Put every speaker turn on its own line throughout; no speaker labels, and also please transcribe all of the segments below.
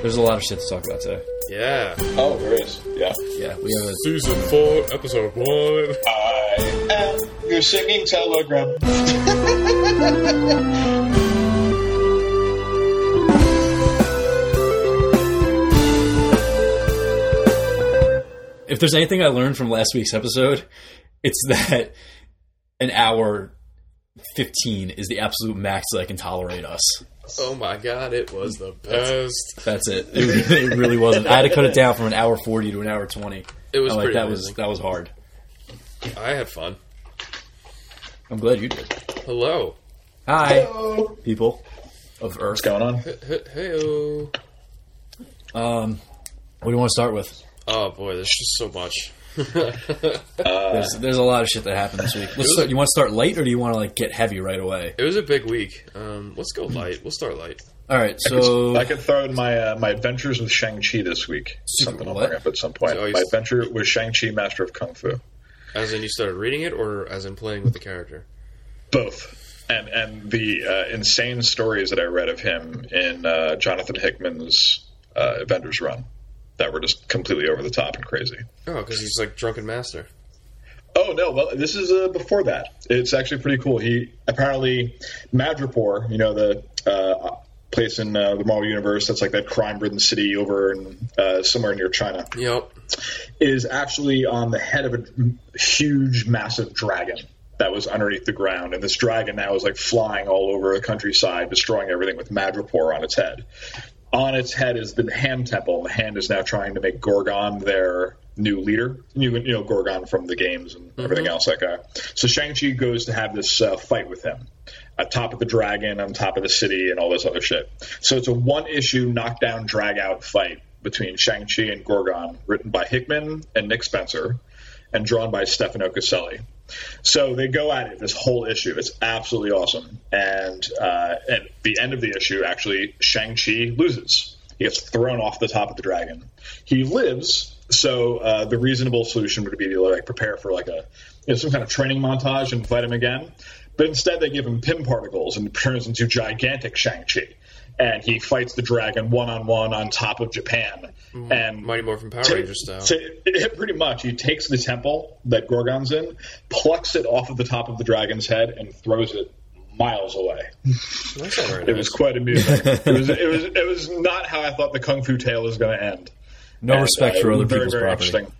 There's a lot of shit to talk about today.
Yeah.
Oh, there is. Yeah.
Yeah, we have a
Season 4, Episode 1.
I am your singing telegram.
if there's anything I learned from last week's episode, it's that an hour 15 is the absolute max that I can tolerate us.
Oh my god, it was the best.
That's it. It, re- it really wasn't. I had to cut it down from an hour 40 to an hour 20.
It was
I'm like
pretty
that was
amazing.
that was hard.
I had fun.
I'm glad you did.
Hello.
Hi, people of Earth.
What's going on?
Hey.
Um, what do you want to start with?
Oh boy, there's just so much.
Uh,
There's, there's a lot of shit that happened this week. Let's start, you want to start light or do you want to like get heavy right away?
It was a big week. Um, let's go light. We'll start light.
All right, so
I could throw in my uh, my adventures with Shang Chi this week. Something I'll
what?
bring up at some point.
So you-
my adventure with Shang Chi, Master of Kung Fu.
As in, you started reading it, or as in playing with the character?
Both, and and the uh, insane stories that I read of him in uh, Jonathan Hickman's uh, Avengers run that were just completely over the top and crazy.
Oh, because he's like drunken master.
Oh no! Well, this is uh, before that. It's actually pretty cool. He apparently Madripoor, you know the uh, place in uh, the Marvel universe that's like that crime-ridden city over in, uh, somewhere near China,
Yep.
is actually on the head of a huge, massive dragon that was underneath the ground, and this dragon now is like flying all over the countryside, destroying everything with Madripoor on its head. On its head is the Ham Temple, and the Hand is now trying to make Gorgon their new leader. You, you know Gorgon from the games and everything else like that. So Shang Chi goes to have this uh, fight with him atop of the dragon, on top of the city, and all this other shit. So it's a one issue knockdown drag out fight between Shang-Chi and Gorgon, written by Hickman and Nick Spencer, and drawn by Stefano Caselli. So they go at it this whole issue. It's absolutely awesome. And uh, at the end of the issue, actually, Shang-Chi loses. He gets thrown off the top of the dragon. He lives. So uh, the reasonable solution would be to like prepare for like a you know, some kind of training montage and fight him again. But instead, they give him pin particles and turns into gigantic Shang Chi, and he fights the dragon one on one on top of Japan. And
Mighty Morphin Power
to-
Rangers style.
to- it- pretty much, he takes the temple that Gorgon's in, plucks it off of the top of the dragon's head, and throws it miles away.
That's all right.
It was quite amusing. it was it was it was not how I thought the Kung Fu Tale was going to end.
no
And,
respect
uh,
for other
very,
people's
very
property.
interesting.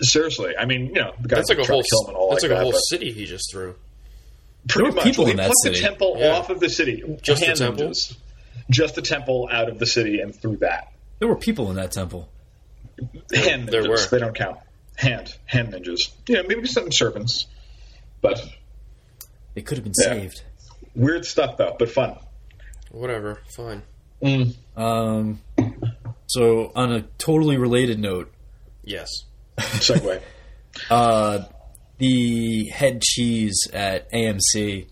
Seriously, I mean, you know, the guys
That's like a
tried
whole.
to kill him and all
That's
like
like a
that,
whole
but-
city he just threw.
pretty
were
much
people
they
in that
plucked
city.
the temple
Yeah.
off of the city
Just the
Hand
temple?
images. just the temple out of the city and through that
There were people in that temple.
hand
there
ninjas
were.
they don't count hand hand ninjas yeah maybe some servants but
They could have been
Yeah.
saved.
weird stuff though but fun
Whatever. Fine.
Um, so on a totally related note,
Yes.
segue
uh, the head cheese at AMC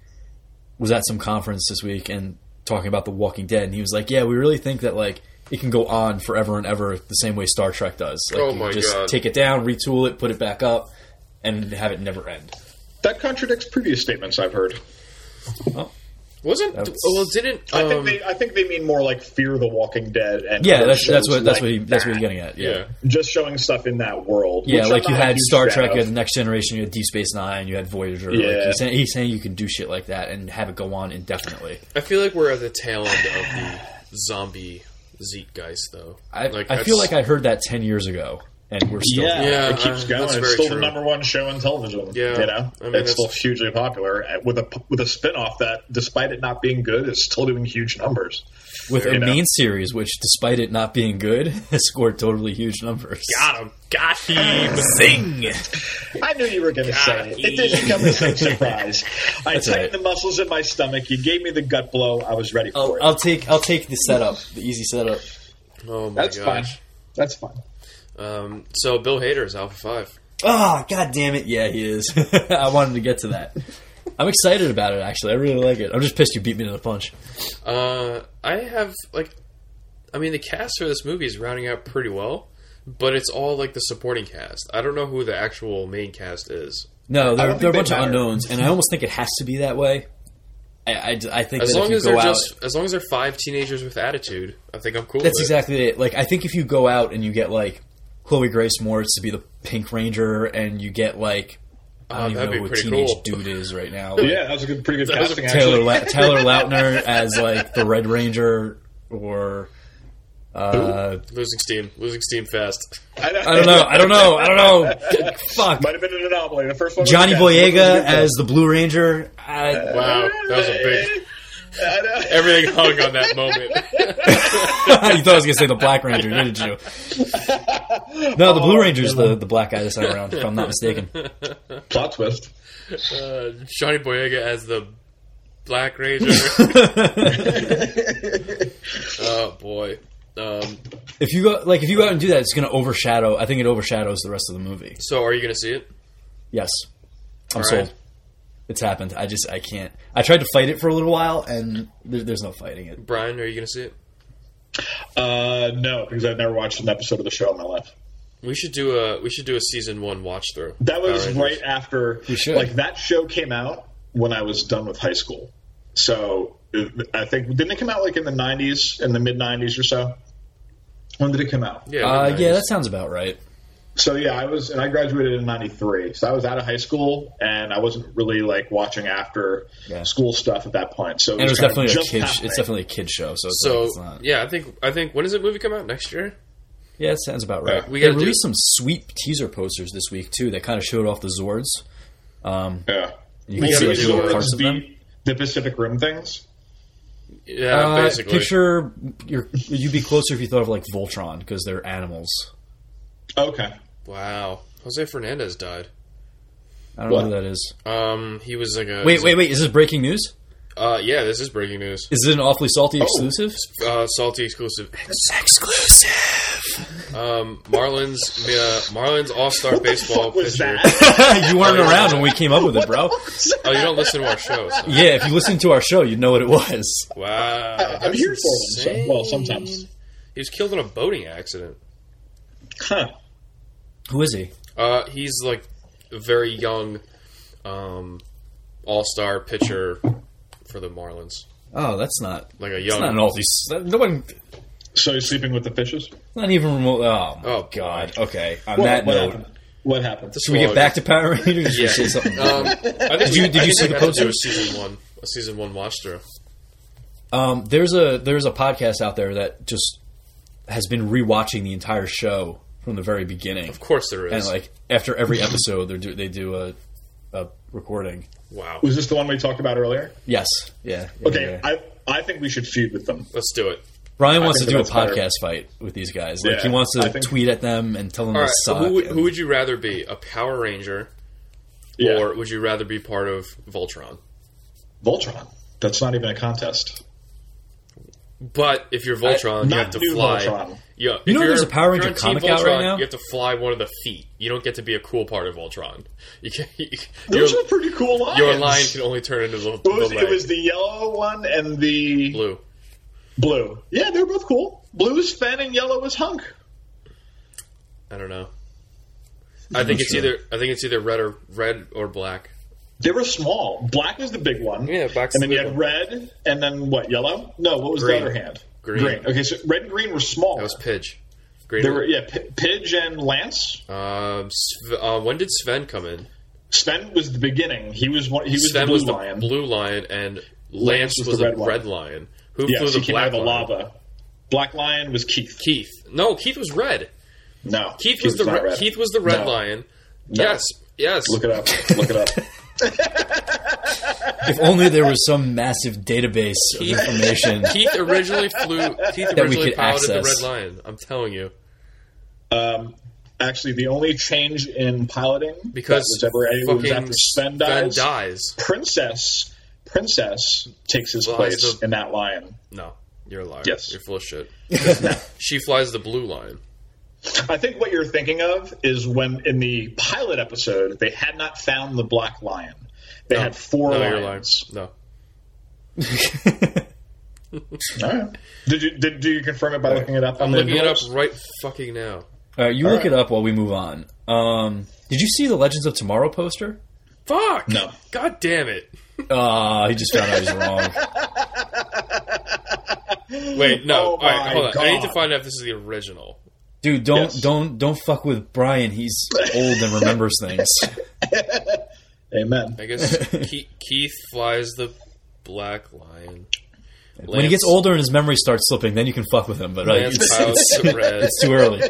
was at some conference this week and talking about The Walking Dead, and he was like, "Yeah, we really think that like it can go on forever and ever the same way Star Trek does. Like,
Oh
you
my
just
God.
take it down, retool it, put it back up, and have it never end."
that contradicts previous statements i've heard
Wasn't
That's-
well? Didn't
i
um,
think they i think they mean more like fear the walking dead and
Yeah,
other
that's that's
shows
what that's
like
what he, that's
that.
what he's getting at. Yeah.
yeah.
just showing stuff in that world
Yeah,
which I'm
like you
not a
had
huge
Star
fan
Trek,
of.
you had the Next Generation, you had Deep Space Nine, you had Voyager. Like
Yeah.
he's, saying, he's saying you can do shit like that and have it go on indefinitely.
I feel like we're at the tail end of the zombie zeitgeist, though.
I,
Like,
I feel
that's-
like I heard that ten years ago, and we're still
Yeah,
Yeah,
it
uh,
keeps going.
that's
It's
very
still
true.
the number one show on television.
Yeah,
you know,
I mean,
it's
that's-
still hugely popular uh, with a with a spinoff that, despite it not being good, is still doing huge numbers.
with a
you know.
main series, which, despite it not being good, has scored totally huge numbers.
got him, got him, zing.
I knew you were going to say it. It didn't come as a surprise. I tightened
all right.
the muscles in my stomach. You gave me the gut blow. I was ready for
I'll,
it.
I'll take I'll take the setup, the easy setup.
Oh my
That's fine.
gosh.
That's fine.
Um, so Bill Hader is Alpha Five.
Oh, god damn it! Yeah, he is. I wanted to get to that. I'm excited about it. Actually, I really like it. I'm just pissed you beat me to the punch.
Uh, I have like, I mean, the cast for this movie is rounding out pretty well, but it's all like the supporting cast. I don't know who the actual main cast is.
No, there,
don't
there are a
think
bunch
they
of
matter.
unknowns, and I almost think it has to be that way. I, I, I think
As
that if
long
you
as
go
they're
out,
just as long as they're five teenagers with attitude, I think I'm cool.
that's
with
exactly it. Like I think if you go out and you get like Chloe Grace Moritz to be the Pink Ranger, and you get like I
Oh,
don't even
that'd
know
be
who a
pretty
teenage
cool.
dude is right now. like,
Yeah, that was a good, pretty good
That was a
casting.
Taylor
Actually,
La- Taylor Lautner as like the Red Ranger or. Uh,
it. losing steam, losing steam fast.
I don't know. I don't know. I don't know. Fuck.
Might have been an anomaly. The first one. was
Johnny
the best.
Boyega as the Blue Ranger. I,
Wow, that was a big.
I know.
Everything hung on that moment.
you thought I was gonna say the Black Ranger, didn't you? No, the Blue Ranger's the, the black guy this time around, if I'm not mistaken.
Plot twist.
Uh, Johnny Boyega as the Black Ranger. oh boy. Um,
If you go like if you go out and do that, it's gonna overshadow. I think it overshadows the rest of the movie.
so are you going to see it?
Yes, I'm
All right.
sold. It's happened. I just I can't. I tried to fight it for a little while, and there, there's no fighting it.
Brian, are you going to see it?
Uh, no, because I've never watched an episode of the show in my life.
We should do a we should do a season one watch through.
That was
Power Rangers.
right after,
should.
like that show came out when I was done with high school. So uh, I think didn't it come out like in the '90s, in the mid '90s or so? When did it come out?
Yeah,
Uh,
nice.
yeah, that sounds about right.
So yeah, I was, and I graduated in '93. So I was out of high school, and I wasn't really like watching after
Yeah.
school stuff at that point. So
And it was
kinda
definitely a
just
kid. It's
happening.
definitely a kid show. So it's like,
So
it's not,
yeah, I think I think when does that movie come out next year?
yeah, it sounds about right.
Yeah,
we
we they
gotta do-
released some sweet teaser posters this week too. That kind of showed off the Zords. Um,
yeah.
you can
We
gotta
see
gotta
like,
do
little
Zords
parts of them.
the, the Pacific Rim things.
Yeah,
Uh,
basically.
Picture your, you'd be closer if you thought of like Voltron because they're animals.
Okay.
Wow, Jose Fernandez died.
I don't
What?
know who that is.
Um, he was like a
Wait, wait, wait! Is this breaking news?
Uh, yeah, this is breaking news.
Is it an awfully salty exclusive?
Uh, salty exclusive.
exclusive.
Um, Marlins uh, Marlins All Star Baseball
What was
pitcher.
that?
you weren't around when we came up with it, bro.
Oh, you don't listen to our shows. huh?
Yeah, if you listened to our show, you'd know what it was.
Wow,
I'm
that's
here for them.
insane.
So, well, sometimes.
he was killed in a boating accident.
Huh.
Who is he?
Uh, he's like a very young um, All Star pitcher for the Marlins.
Oh, that's not.
Like a
That's
young
not an awfully. s- that- No one.
So you're sleeping with the fishes?
Not even remote. Oh, my
Oh,
God. Okay. On
What,
that
what
note,
happened? What happened?
should we get back to Power Rangers? Or
Yeah.
say something?
Um, I think
you-
we-
did
I
you
think
see the
we gotta do
poster?
A season one, a season one watch through.
Um, there's a there's a podcast out there that just has been rewatching the entire show from the very beginning,
Of course, there
and
is.
like after every episode, they do they do a, a recording.
wow,
Was this the one we talked about earlier?
Yes, yeah. yeah,
Okay,
yeah.
I I think we should feud with them.
let's do it.
Brian wants to
think
do a
that's better.
podcast fight with these guys. Like
Yeah,
he wants
I
to
think-
tweet at them and tell them
All
to
right, so
suck.
who, would-
and-
who would you rather be? A Power Ranger,
Yeah.
or would you rather be part of Voltron?
Voltron. That's not even a contest.
But if you're Voltron, you
not
have to
new
fly.
Voltron.
Yeah, if
You know
you're-
there's a Power
if you're
Ranger
on Team
comic out
Voltron,
right now?
You have to fly one of the feet. You don't get to be a cool part of Voltron. You can't, you,
Those
your-
are pretty cool lines.
your line can only turn into the,
It was,
the
it
leg.
was the yellow one and the blue.
blue.
Yeah, they're both cool. Blue's Fen and yellow is Hunk.
I don't know. I think it's
sure.
either I think it's either red or red or black.
They were small. Black was the big one.
Yeah, black's
And then
the
you
big
had red, and then what? Yellow? No, what was
Green.
the other hand?
Green.
Okay, so red and green were small.
That was Pidge. Green.
There were yeah, P- Pidge and Lance.
um, Sv- uh, when did Sven come in?
Sven was the beginning. He was one. He was
Sven
the blue
was the
lion.
blue lion, and Lance was, the red, lion. Who
yes,
flew
he
the
came
black
out of the
lion?
lava. Black lion was Keith.
Keith. No, Keith was red.
No,
Keith
he
was, the
not
red,
red.
Keith was the red
No.
lion. Yes, yes.
Look it up. Look it up.
if only there was some massive database of information.
Keith originally flew. Keith
we
originally
could
piloted
access.
the red lion. I'm telling you,
Um, actually, the only change in piloting
because
that was ever anyone was
fucking
after Sven dies,
Sven dies.
Princess Princess takes his
Flies
place
the-
in that lion.
No, you're a liar.
Yes.
you're full of shit. she flies the blue lion.
I think what you're thinking of is when in the pilot episode they had not found the black lion. They had four
No, you're lying.
lions.
No.
All right. Did you did, do you confirm it by looking it up?
I'm looking it up
Androids?
right fucking now.
All right, you look
right.
it up while we move on. Um, did you see the Legends of Tomorrow poster?
Fuck.
No.
God damn it.
Uh, he just found out he's wrong.
Wait, no.
Oh
All right,
my
hold on. I need to
God.
find out if this is the original.
Dude, don't
Yes.
don't don't fuck with Brian. He's old and remembers things.
Amen.
I guess Keith, Keith flies the black lion.
When he gets older and his memory starts slipping, then you can fuck with him. But like,
Lance
it's,
pilots the red.
it's too early.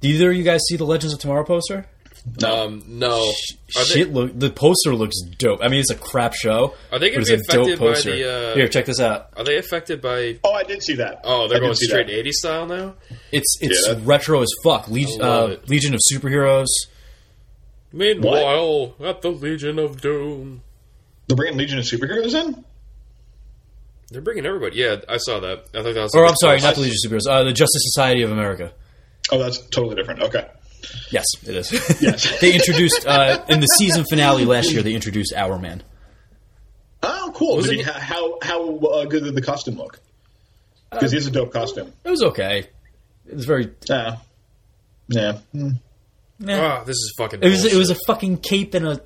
Do either of you guys see the Legends of Tomorrow poster?
Um, no. Are they,
Shit, look, the poster looks dope. I mean, it's a crap show.
Are they
but
going
it's
to
a
be
dope
affected by
poster.
the? Uh,
Here, check this out.
Are they affected by?
Oh, I did see that.
Oh, they're
I did
going
see
straight
that.
80s style now.
It's it's
Yeah, that-
retro as fuck. Leg-
I
uh,
love it.
Legion of Superheroes.
Meanwhile, at the Legion of Doom,
They're bringing Legion of Superheroes in.
they're bringing everybody. Yeah, I saw that. I think that was.
Or I'm sorry, not the Legion of Superheroes. Uh, the Justice Society of America.
Oh, that's totally different. Okay.
Yes, it is.
Yes.
they introduced uh, in the season finale last year. They introduced Our Man.
Oh, cool. Did
Wasn't
he,
it-
how how uh, good did the costume look?
Uh,
Because he has a dope costume.
It was okay. It was very.
Yeah. Yeah. Hmm.
meh.
Ah, this is fucking.
It was it was a
bullshit.
fucking cape and a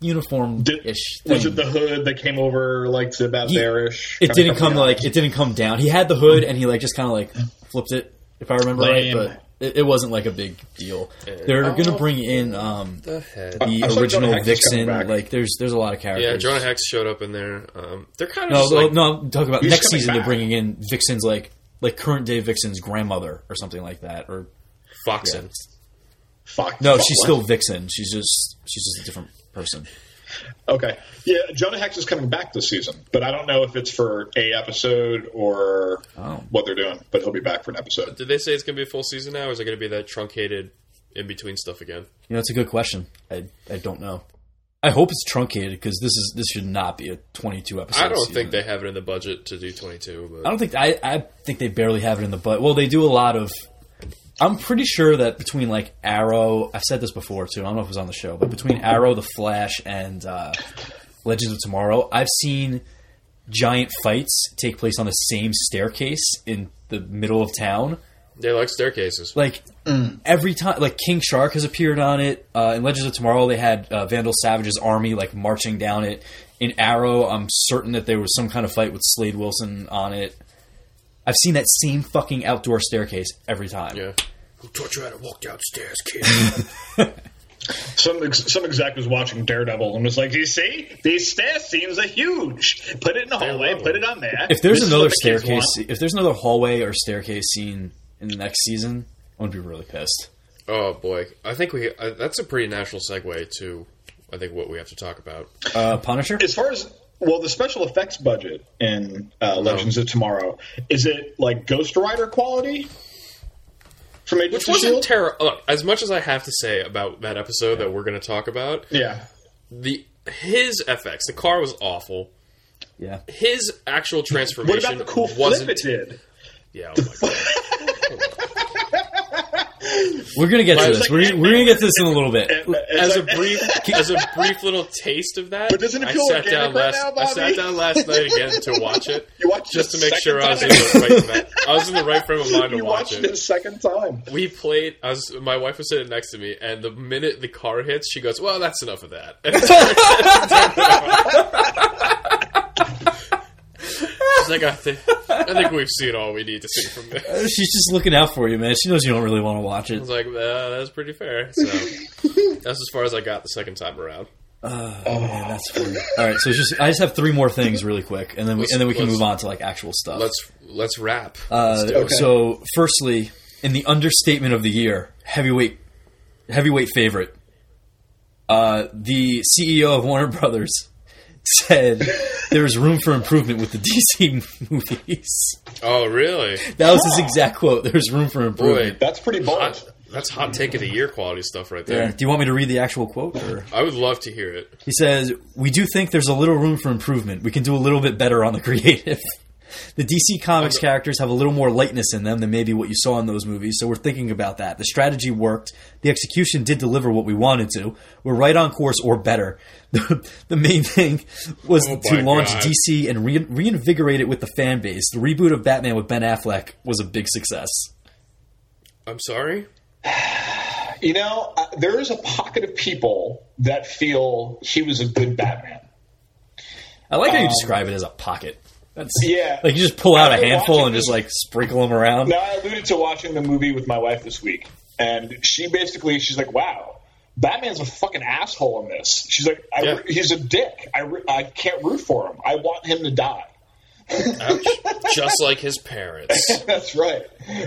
uniform
Did,
ish.
was it the hood that came over like to about
He-
there ish?
It didn't come like it didn't come down. He had the hood and he like just kind of like flipped it, if I remember
Lame.
right. But it, it wasn't like a big deal. They're gonna bring in um,
the head.
the
I saw Jonah
original
Hex is
Vixen.
coming back.
Like there's there's a lot of characters.
yeah, Jonah Hex showed up in there. Um, they're kind of
No,
just
no,
like
no, I'm talking about
He's
next
coming
season. They're
back.
bringing in Vixen's like like current day Vixen's grandmother or something like that. Or
foxing.
Fuck.
no,
Fuck,
she's
what?
still Vixen. She's just she's just a different person.
okay. Yeah, Jonah Hex is coming back this season, but I don't know if it's for a episode or
Oh.
what they're doing. But he'll be back for an episode.
Did they say it's gonna be a full season now, or is it gonna be that truncated in between stuff again?
You know, it's a good question. I I don't know. I hope it's truncated because this is this should not be a 22 episode.
I don't
season.
think they have it in the budget to do 22.
I
But
don't think I, I think they barely have it in the butt. Well, they do a lot of. I'm pretty sure that between like Arrow, I've said this before too. I don't know if it was on the show, but between Arrow, The Flash, and uh, Legends of Tomorrow, I've seen giant fights take place on the same staircase in the middle of town.
they like staircases.
Like every time, like King Shark has appeared on it. Uh, in Legends of Tomorrow, they had uh, Vandal Savage's army like marching down it. In Arrow, I'm certain that there was some kind of fight with Slade Wilson on it. I've seen that same fucking outdoor staircase every time.
yeah. Who taught you how to walk downstairs, kid?
Some ex- some exec was watching Daredevil and was like, "You see, these stair scenes are huge. Put it in the hallway.
lovely.
Put it on there.
If there's
This is
another
what the kids
staircase,
want."
if there's another hallway or staircase scene in the next season, I'm gonna be really pissed.
oh boy, I think we. Uh, that's a pretty natural segue to, I think what we have to talk about.
Uh, Punisher.
as far as well, the special effects budget in
Oh.
uh, Legends of Tomorrow is it like Ghost Rider quality from Agents
Which
of
wasn't
Shield?
terror. Look, as much as I have to say about that episode that we're going to talk about,
yeah,
the his FX, the car was awful.
Yeah.
His actual transformation
what about the cool flip
wasn't.
it did?
Yeah. Oh my God.
We're gonna get to
It's
this.
like-
we're, gonna- we're gonna get to this in a little bit.
as
It's
a
like-
brief as a brief little taste of that.
But doesn't it
I
feel
sat
organic
down
right
last
now,
I
Bobby?
sat down last night again to watch it.
You watched
just to
it
make
second
sure I was in
time?
the right ma- I was in the right frame of mind to
you
watch
watched
it.
it a second time.
We played I was my wife was sitting next to me and the minute the car hits she goes, Well that's enough of that. She's like, I think I think we've seen all we need to see from this. I
She's just looking out for you, man. She knows you don't really want to watch it.
was like, uh, that's pretty fair. So that's as far as I got the second time around.
Man, that's funny. All right, so it's just I just have three more things really quick, and then we, and then we can
Let's-
move on to like actual stuff.
Let's let's wrap.
Uh,
Let's do it.
okay.
So, firstly, in the understatement of the year, heavyweight heavyweight favorite, uh, the CEO of Warner Brothers said there is room for improvement with the DC movies.
Oh, really?
That was his exact quote. There's room for improvement.
Boy,
That's pretty bold.
hot, that's hot take of the year quality stuff right there.
Yeah. Do you want me to read the actual quote? Or?
I would love to hear it.
He says, We do think there's a little room for improvement. We can do a little bit better on the creative. The DC Comics characters have a little more lightness in them than maybe what you saw in those movies, so we're thinking about that. The strategy worked. The execution did deliver what we wanted to. We're right on course or better. The, the main thing was
Oh my
to launch
God.
DC and re- reinvigorate it with the fan base. The reboot of Batman with Ben Affleck was a big success.
I'm sorry.
You know, uh, there is a pocket of people that feel he was a good Batman.
I like how
Um,
you describe it as a pocket. That's
Yeah.
Like you just pull out a
I've been
handful
watching
and just
this-
like sprinkle them around.
Now, I alluded to watching the movie with my wife this week, and she basically she's like, "Wow, Batman's a fucking asshole in this." She's like, I,
Yeah.
"He's a dick. I, re- I can't root for him. I want him to die."
Ouch. Just like his parents.
That's right,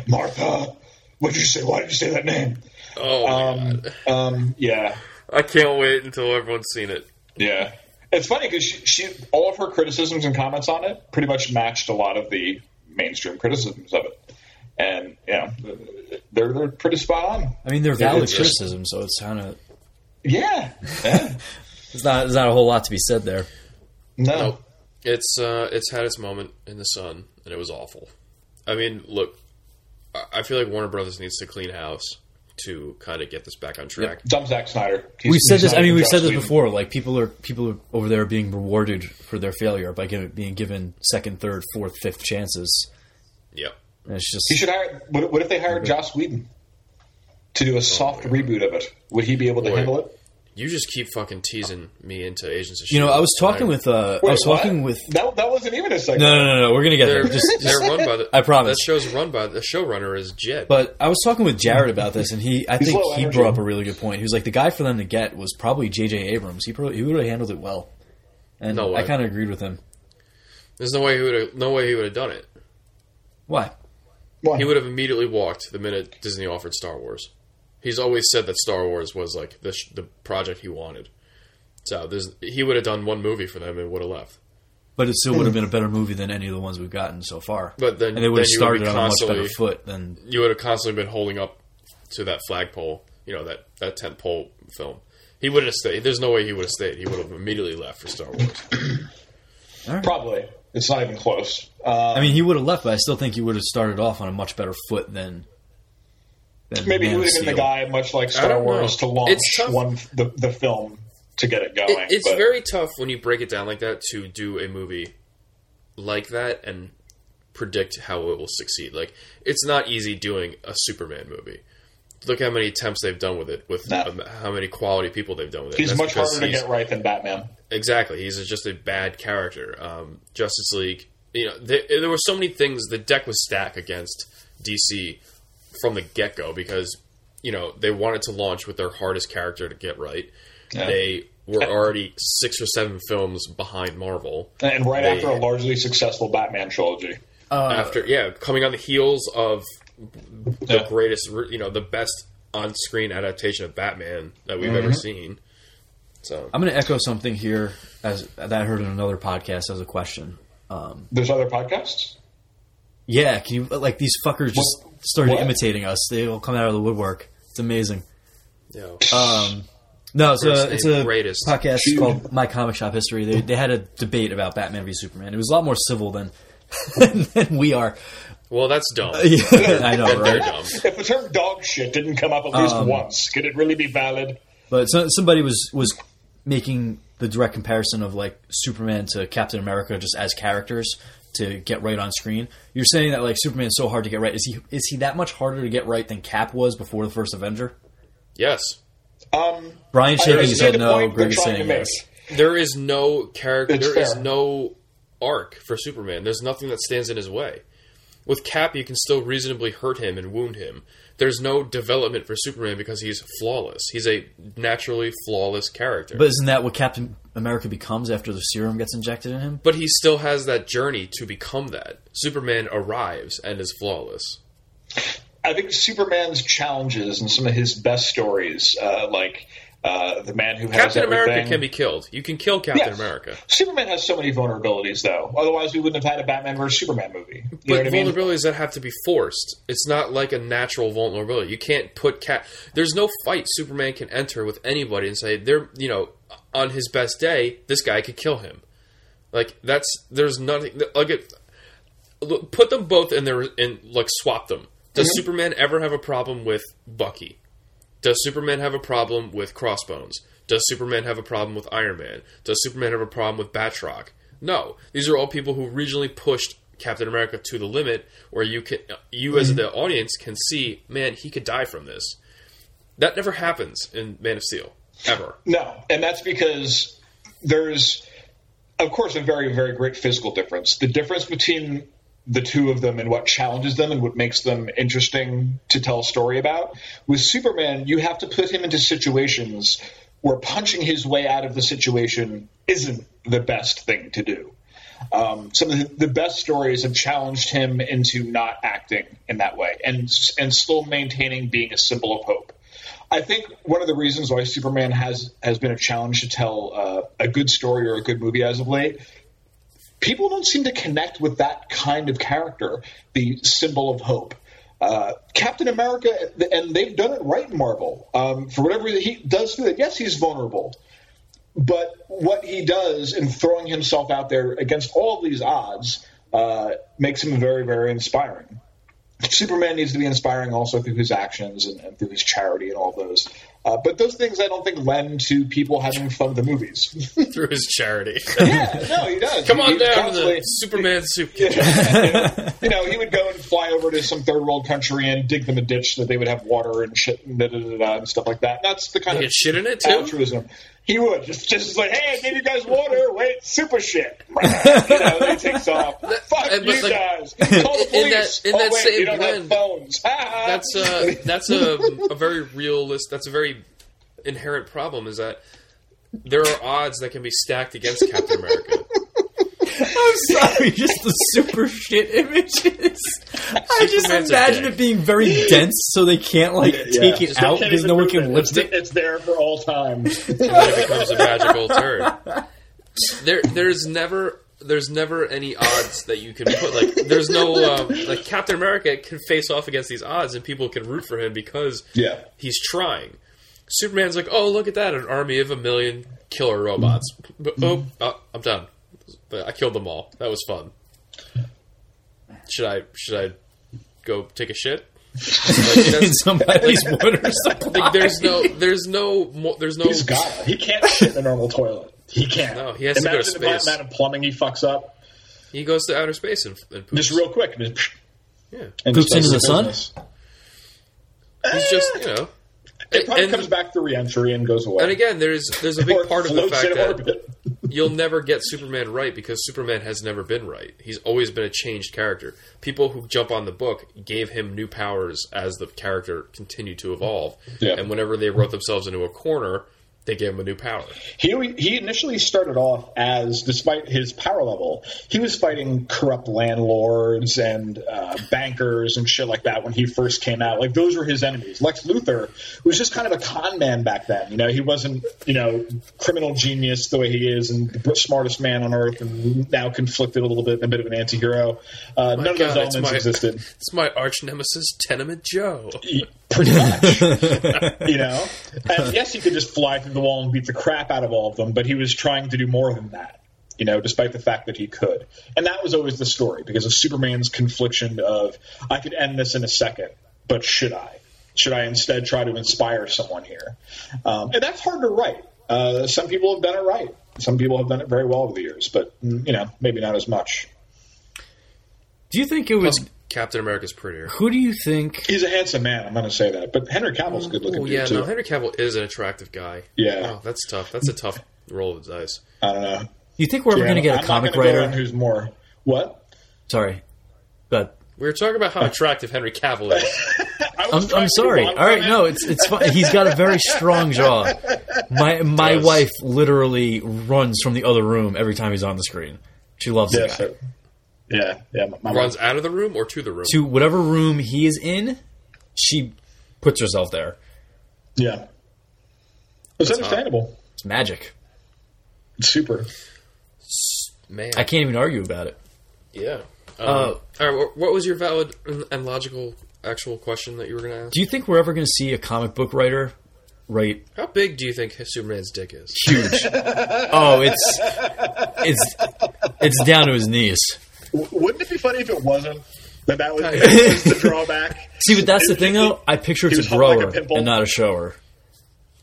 Martha. What did you say? Why did you say that name?
Oh my
Um,
god.
um, yeah,
I can't wait until everyone's seen it.
yeah. It's funny because she, she, all of her criticisms and comments on it pretty much matched a lot of the mainstream criticisms of it, and yeah, they're they're pretty spot on.
I mean, they're valid
it's just-
criticisms, so it's kind of
Yeah, yeah.
it's not there's not a whole lot to be said there.
no.
Nope. It's uh, it's had its moment in the sun, and it was awful. I mean, look, I- I feel like Warner Brothers needs to clean house to kind of get this back on track.
Dumb Zack Snyder. He's-
We've said
he's
this.
not
I mean, we've
Joss
said this
Whedon.
before. Like people are people are over there being rewarded for their failure by giving, being given second, third, fourth, fifth chances.
Yep.
And it's just
He should hire. What, what if they hired Joss Whedon to do a soft reboot of it? Would he be able to
Oh, Boy.
handle it?
You just keep fucking teasing me into Agents of
you know.
S.H.I.E.L.D..
I was talking with uh, I was
Wait,
talking
what?
with
that. That wasn't even a second.
no no no no. We're gonna get there.
They're,
Just, just-
they're run by the.
I promise.
That show's run by the showrunner is Jed.
But I was talking with Jared about this, and he I
He's
think
low
he
energy.
brought up a really good point. He was like the guy for them to get was probably J.J. Abrams. He probably, he would have handled it well, and
No way.
I kind of agreed with him.
There's no way he would have. No way he would have done it.
Why?
Why?
He would have immediately walked the minute Disney offered Star Wars. He's always said that Star Wars was like the sh- the project he wanted. So there's he would have done one movie for them and would have left.
But it still
Mm.
would have been a better movie than any of the ones we've gotten so far.
But then-
and they would have
then you would be
started on a much better
constantly-
foot than
you would have constantly been holding up to that flagpole, you know, that, that tent pole film. He would have stayed. There's no way he would have stayed. He would have immediately left for Star Wars.
Probably. It's not even close. Uh,
I mean, he would have left, but I still think he would have started off on a much better foot than. than
Maybe he
Man of
would have been the
Steel.
guy, much like
I
Star
don't know.
Wars, to launch
It's tough.
one the, the film to get it going.
It, it's
but
very tough when you break it down like that to do a movie like that and predict how it will succeed. Like, it's not easy doing a Superman movie. Look how many attempts they've done with it, with
No.
um, how many quality people they've done with it.
he's
That's
much
because
harder to
he's-
get right than Batman.
Exactly. He's just a bad character. Um, Justice League, you know, there, there were so many things. The deck was stacked against DC from the get go because, you know, they wanted to launch with their hardest character to get right.
Yeah.
They were already six or seven films behind Marvel.
And right
They-
after a largely successful Batman trilogy.
after, yeah, coming on the heels of the
Yeah.
greatest, you know, the best on screen adaptation of Batman that we've
Mm-hmm.
ever seen.
Uh,
So,
I'm going to echo something here as that I heard in another podcast as a question.
There's other podcasts?
Yeah, can you like these fuckers just
What-
started
what?
imitating us? They all come out of the woodwork. It's amazing.
you know,
uh,
Um, no, it's
First
a,
name
it's a
greatest.
podcast
Dude.
called My Comic Shop History. They, they had a debate about Batman v Superman. It was a lot more civil than than we are.
well, that's dumb.
I know,
They're
right?
dumb.
If the term dog shit didn't come up at least
Um,
once, could it really be valid?
But so, somebody was was making the direct comparison of like Superman to Captain America just as characters to get right on screen. You're saying that like Superman's so hard to get right. Is he is he that much harder to get right than Cap was before the first Avenger?
Yes.
Um,
Brian
I
shaking his head
understand the
no.
point they're
Greg is
trying to
saying
make.
yes.
There is no character. There
It's
is
fair.
no arc for Superman. There's nothing that stands in his way. With Cap, you can still reasonably hurt him and wound him. There's no development for Superman because he's flawless. He's a naturally flawless character.
But isn't that what Captain America becomes after the serum gets injected in him?
but he still has that journey to become that. Superman arrives and is flawless.
I think Superman's challenges and some of his best stories, uh, like uh, the man who has
Captain
everything.
America can be killed. You can kill Captain
Yes.
America.
Superman has so many vulnerabilities, though. Otherwise, we wouldn't have had a Batman versus Superman movie. You know
But
what I mean?
vulnerabilities that have to be forced. It's not like a natural vulnerability. You can't put cat. There's no fight Superman can enter with anybody and say they're you know on his best day this guy could kill him. Like that's there's nothing like it. Look, put them both in their and like swap them. Does
Mm-hmm.
Superman ever have a problem with Bucky? Does Superman have a problem with Crossbones? Does Superman have a problem with Iron Man? Does Superman have a problem with Batroc? No. These are all people who regionally pushed Captain America to the limit where you can you as the audience can see, man, he could die from this. That never happens in Man of Steel ever.
No, and that's because there's, of course, a very, very great physical difference. The difference between the two of them and what challenges them and what makes them interesting to tell a story about. With Superman, you have to put him into situations where punching his way out of the situation isn't the best thing to do. Um, some of the, the best stories have challenged him into not acting in that way and and still maintaining being a symbol of hope. I think one of the reasons why Superman has has been a challenge to tell uh, a good story or a good movie as of late. People don't seem to connect with that kind of character, the symbol of hope. Uh, Captain America, and they've done it right in Marvel. Um, for whatever reason, he does do that. Yes, he's vulnerable, but what he does in throwing himself out there against all these odds uh, makes him very, very inspiring. Superman needs to be inspiring also through his actions and, and through his charity and all those. Uh, but those things I don't think lend to people having fun at the movies.
Through his charity.
yeah, no, he does.
Come on
He- he
down to the
constantly-
Superman soup kitchen.
Yeah. you know, he would go and fly over to some third world country and dig them a ditch so that they would have water and shit and da da da, da and stuff like that. And that's the kind
He
of
had shit in it, too?
altruism. He would just just like, hey, I gave you guys water. Wait, super shit. you know, he takes off. Fuck
and- but,
you
like,
guys. Call the
in that-
police.
in
oh,
that
wait,
same
you don't
blend,
have phones.
that's a that's a, a very realist. That's a very inherent problem. Is that there are odds that can be stacked against Captain America.
I'm sorry, just the super shit images. I just
Superman's a
imagine
dick.
it being very dense, so they can't like take it
Just
out
can't
because
even
no one
prove
can
it.
lift
It's-
it.
It's there for all time.
It becomes a magical turd. There, there's never. There's never any odds that you can put like. There's no um, like Captain America can face off against these odds and people can root for him because
yeah.
he's trying. Superman's like, oh look at that, an army of a million killer robots. But, oh, uh, I'm done. But I killed them all. That was fun. Should I should I go take a shit? Like,
In
that's-
somebody's water supply.
like, there's no there's no mo- there's no
He's got it. He can't shit in a normal toilet. He can't.
No, he has to go to
Imagine the
space.
amount of plumbing he fucks up.
he goes to outer space and, and poops.
Just real quick. Just,
yeah.
and
Poops
does
into
his
the sun?
business.
He's just you know.
Eh. It probably
and-
comes back through reentry and goes away.
And again, there's there's a
Or
big part of the
floats
fact
in
that
orbit.
you'll never get Superman right because Superman has never been right. He's always been a changed character. People who jump on the book gave him new powers as the character continued to evolve.
Yeah.
And whenever they wrote themselves into a corner, they gave him a new power.
He he initially started off as, despite his power level, he was fighting corrupt landlords and uh, bankers and shit like that when he first came out. Like those were his enemies. Lex Luthor was just kind of a con man back then. You know, he wasn't you know criminal genius the way he is and the smartest man on earth, and now conflicted a little bit, and a bit of an antihero. Uh, none of those
God, it's
elements
my-
existed.
It's my arch nemesis, Tenement Joe.
pretty much. you know, and yes, he could just fly through the wall and beat the crap out of all of them, but he was trying to do more than that. You know, despite the fact that he could, and that was always the story because of Superman's confliction of I could end this in a second, but should I? Should I instead try to inspire someone here? Um, and that's hard to write. Uh, some people have done it right. Some people have done it very well over the years, but mm, you know, maybe not as much.
Do you think it was?
Captain America's prettier.
Who do you think?
He's a handsome man. I'm going to say that, but Henry Cavill's a good-looking
Oh
dude
yeah,
too.
no, Henry Cavill is an attractive guy.
Yeah.
Oh, that's tough. That's a tough roll of the dice.
I don't know.
Do you think we're ever going to get
Yeah,
a
I'm not
comic
gonna go on
writer?
who's more what?
Sorry, but
We were talking about how
Uh,
attractive Henry Cavill is.
I was
I'm,
trying
I'm
to
sorry.
move on
All right,
from
no,
it.
it's it's fine. He's got a very strong jaw. My my
Does.
wife literally runs from the other room every time he's on the screen. She loves
yeah,
the guy.
so- yeah, yeah. My, my
Runs out of the room or to the room.
To whatever room he is in, she puts herself there.
yeah. It's
hot.
understandable.
It's magic.
It's super.
Man,
I can't even argue about it.
Yeah. Um,
Uh,
all right. wh- What was your valid and- and logical actual question that you were going to ask?
Do you think we're ever going to see a comic book writer write
How big do you think Superman's dick is?
huge? oh, it's it's it's down to his knees.
W- wouldn't it be funny if it wasn't? That that was, that was the drawback.
See, but that's the thing though. I picture it's
He was
a
hung like a
grower
pimple.
and not a shower.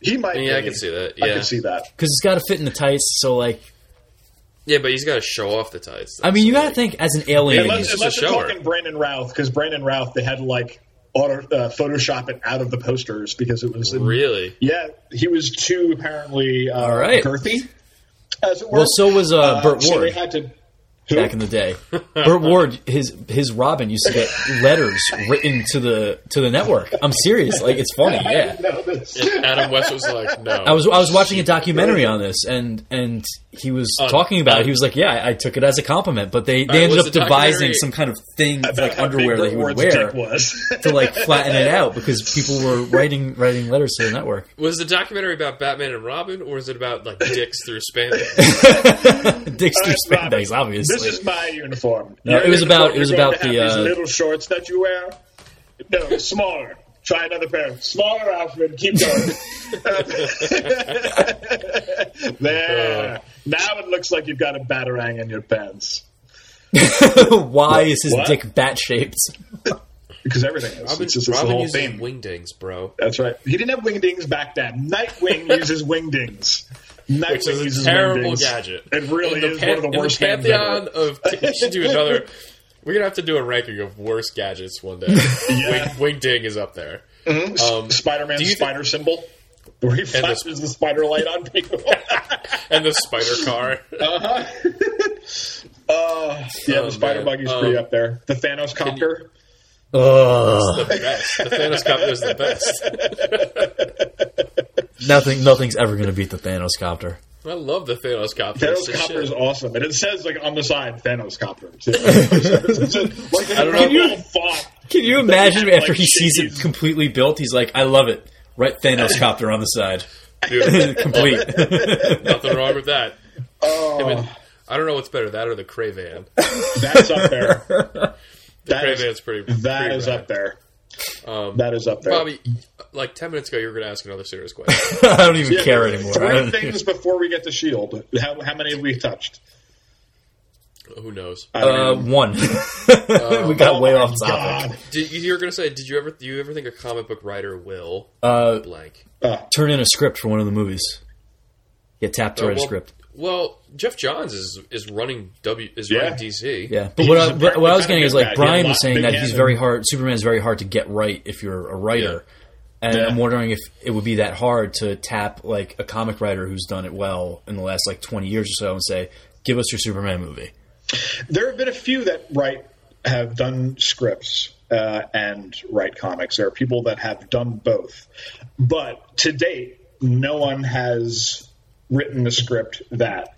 He might.
Yeah, I
be.
can see that,
I
yeah.
can see that.
because it's got to fit in the tights. So like,
Yeah, but he's got to show off the tights.
I mean, you got to think as an alien.
Yeah,
Unless,
he's just
unless
a
you're
shower.
talking Brandon Routh, because Brandon Routh, they had like auto, uh, Photoshop it out of the posters because it was
Really?
yeah he was too apparently uh,
All right.
girthy. As it were.
Well, so was uh, Burt
so
Ward
they had to. Who?
back in the day. Burt Ward, his his Robin used to get letters written to the to the network. I'm serious. Like it's funny.
I
Yeah.
didn't know this.
Adam West was like, no.
I was I was watching a documentary on this, and and he was
Oh,
talking about it. He was like, "Yeah, I, I took it as a compliment," but they, they
right,
ended
was
up
the
devising
documentary-
some kind of thing like
How big
underwear that
Burt
he would
Ward's
wear
dick was.
to like flatten it out because people were writing writing letters to the network.
Was the documentary about Batman and Robin, or is it about like dicks through spandex?
Dicks through
Robin,
spandex, obviously.
This is my uniform.
No, it was about- it was
You're going
about
to have
the,
these
uh,
little shorts that you wear. No, smaller. Try another pair. Smaller outfit. Keep going. there. Now it looks like you've got a batarang in your pants
Why is his
What?
dick bat shaped?
because everything is.
Robin,
it's just it's the
Robin
whole
uses
thing.
wingdings, bro.
That's right. He didn't have wingdings back then. Nightwing uses wingdings. Nightwing
Which is a
uses
terrible
wingdings.
gadget.
It really
In the
is
pan-
one of the
in the
worst things
pantheon
ever.
of. We should do another. We're gonna have to do a ranking of worst gadgets one day. Wing, wing ding is up there. Um,
Spider-Man
Do you thi-
spider symbol, where he flashes the, spider light on people.
Oh, and the spider car.
uh, yeah,
Oh,
the spider
man.
buggy's pretty
Um,
up there. The Thanos copter.
Ugh.
the best. The Thanos copter is the best.
Nothing nothing's ever gonna beat the Thanos copter.
I love the Thanos copter. It's
Thanos
the
copter
shit.
is awesome, and it says like on the side Thanos copter. Too. It's just, like, I
don't know.
Font.
Can you imagine
Like,
after he sees it
jeez.
completely built, he's like, I love it. Right Thanos copter on the side.
Dude,
Complete.
nothing wrong with that.
Oh,
I, mean, I don't know what's better, that or the Cravan.
that's up there. That is,
Cravan's pretty.
that
pretty
is
rad.
up there.
Um,
That is up there.
Bobby, like ten minutes ago, you were going to ask another serious question.
I don't even
Yeah,
care anymore. I
Three
don't-
things before we get to Shield. How, how many have we touched?
Who knows?
I
Uh,
don't even-
one. we got
Oh
way
my
off topic.
God.
Did, you were going to say? Did you ever? Do you ever think a comic book writer will
Uh,
blank?
turn in a script for one of the movies. Get tapped to
Uh,
write a
well,
script.
Well, Jeff Johns is is running W is
Yeah.
running DC.
Yeah, but
He's
what
a
I,
very-
but what I was getting
kind of
is
good guy.
like
He
Brian
had
was
lots
saying
big
that
hands
he's
and-
very hard. Superman's very hard to get right if you're a writer, and
Yeah.
I'm wondering if it would be that hard to tap like a comic writer who's done it well in the last like 20 years or so and say, "Give us your Superman movie."
There have been a few that write have done scripts uh, and write comics. There are people that have done both, but to date, no one has written a script that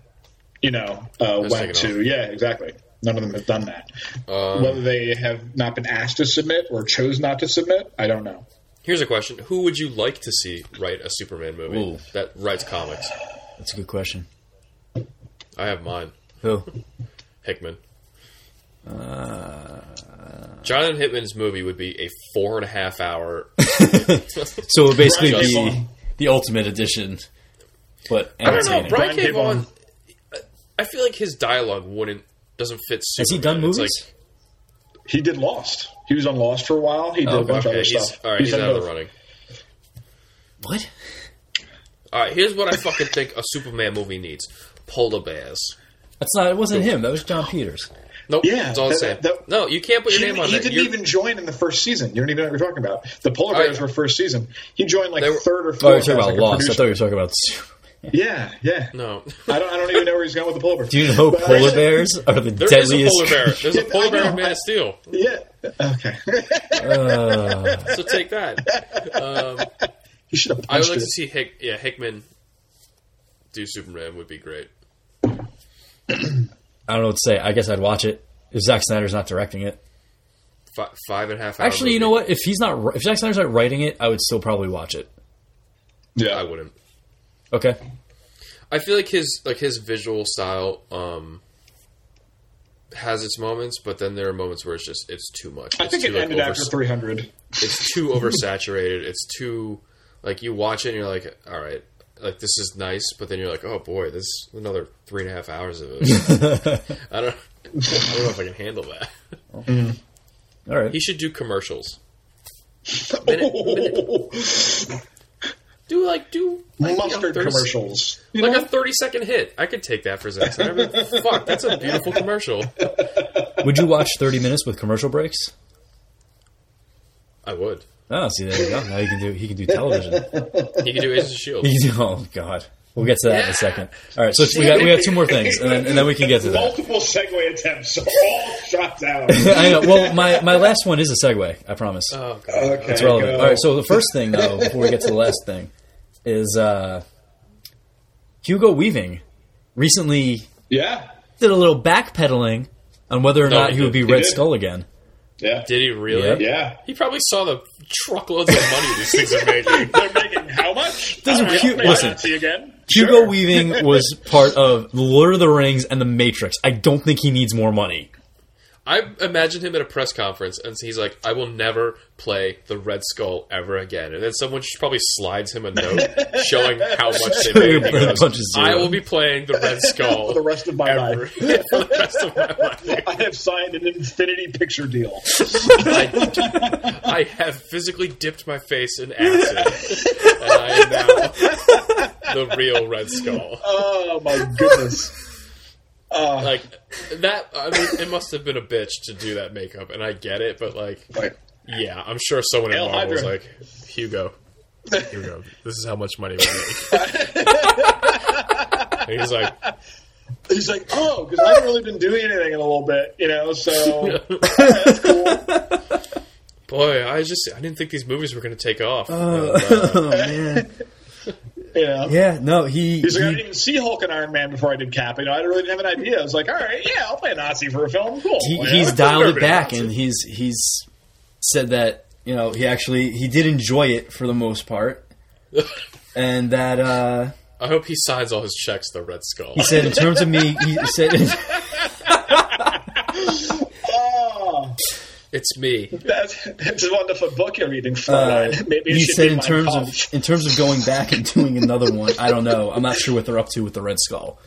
you know uh, went
taken
to. Yeah, exactly. None of them have done that.
Um,
Whether they have not been asked to submit or chose not to submit, I don't know.
Here's a question: Who would you like to see write a Superman movie
Ooh.
that writes comics?
That's a good question.
I have mine.
Who?
Hickman.
Uh,
Jonathan Hickman's movie would be a four and a half hour.
So it would basically
Brian
be
Caveon.
the ultimate edition, but
I don't know.
entertaining.
Brian
Brian
K. Vaughan.
Vaughan.
I feel like his dialogue wouldn't doesn't fit. Superman.
Has he done
It's
movies?
like-
He did Lost. He was on Lost for a while. He did a
Oh, Okay.
bunch of
okay,
other
he's,
stuff.
all right, he's,
done
out of the
both.
running.
what?
All right, here's what I fucking think a Superman movie needs: polar bears.
That's not. It wasn't him. That was John Peters.
Nope,
Yeah,
it's all the
that-
same.
that-
no, you can't put your
He,
name on
he
that.
didn't
You're-
even join in the first season. You don't even know what you're talking about. The Polar
Oh,
Bears
yeah.
were first season. He joined like
They were-
third or
Oh,
fourth.
you're talking
as,
about
like, a
Lost. I
producer.
thought you were talking about. Superman.
Yeah, yeah.
no.
I don't. I don't even know where he's going with the polar bear.
Do you know
But I
polar
just-
bears are the
There is
deadliest?
a polar bear. There's a
Yeah,
polar
I
bear in
know.
Man of Steel.
Yeah. Okay.
So take that. Um,
you should have
I would
punched
like
it.
to see Hick, yeah, Hickman do Superman would be great.
I don't know what to say. I guess I'd watch it if Zack Snyder's not directing it.
Fi five and a half. Hour
Actually, you
movie.
know what? If he's not, if Zack Snyder's not writing it, I would still probably watch it.
I
Yeah.
wouldn't.
Okay,
I feel like his like his visual style um, has its moments, but then there are moments where it's just it's too much. It's
I think
too,
it
like,
ended
overs-
after 300.
it's too oversaturated. It's too like you watch it and you're like, all right, like this is nice, but then you're like, oh boy, this is another three and a half hours of it. I don't, I don't know if I can handle that.
all right.
He should do commercials. Minute- minute- do like do like, you know,
Mustard
30
commercials. You
like
know?
a thirty second hit. I could take that for Zack Snyder. Fuck, that's a beautiful commercial.
Would you watch thirty minutes with commercial breaks?
I would.
Oh, see, there you go. Now he can do he can do television.
He could do Agents of Shield.
He can do- oh God, we'll get to that in a second. All right, so we got we got two more things, and then, and then we can get to that.
Multiple segue attempts, so all shot down.
I know. Well, my my last one is a segue. I promise.
Oh god.
Okay,
It's relevant.
go.
All right. So the first thing, though, before we get to the last thing, is uh, Hugo Weaving recently
yeah,
did a little backpedaling on whether or
No,
not
he
he would be
did.
Red
did.
Skull again.
yeah,
Did he really?
Yep.
yeah.
He probably saw the truckloads of money these things are making.
They're making how much?
Those are
All right,
cute-
may I
listen.
not See you again.
Hugo Weaving was part of Lord of the Rings and The Matrix. I don't think he needs more money.
I imagine him at a press conference and he's like, I will never play the Red Skull ever again. And then someone just probably slides him a note showing how much they made. He
A
goes,
bunch of zero.
I will be playing the Red Skull
For the rest of my
ever
life.
for the rest of my life.
I have signed an infinity picture deal.
I, I have physically dipped my face in acid, and I am now the real Red Skull.
Oh my goodness.
Like that, I mean, it must have been a bitch to do that makeup, and I get it, but like,
Like,
yeah, I'm sure someone in
El
Marvel was
Hydra.
like, Hugo, Hugo, this is how much money we make. and he's like,
he's like, oh, because I haven't really been doing anything in a little bit, you know. So
boy, I just, I didn't think these movies were going to take off.
Oh man.
you know,
Yeah. No. He.
he's like, I
he-
didn't even see Hulk and Iron Man before I did Cap. You know, I really didn't have an idea. I was like, all right, yeah, I'll play a Nazi for a film. Cool.
he,
you know?
he's
It's
dialed it
conservative
back
Nazi.
and he's he's said that you know he actually he did enjoy it for the most part and that uh
I hope he signs all his checks the Red Skull.
he said in terms of me he said
Oh,
It's me.
that's, that's a wonderful book you're reading,
uh,
Fräulein. Maybe it
he
should
said
be
in
my
terms
pub.
of in terms of going back and doing another one i don't know i'm not sure what they're up to with the red skull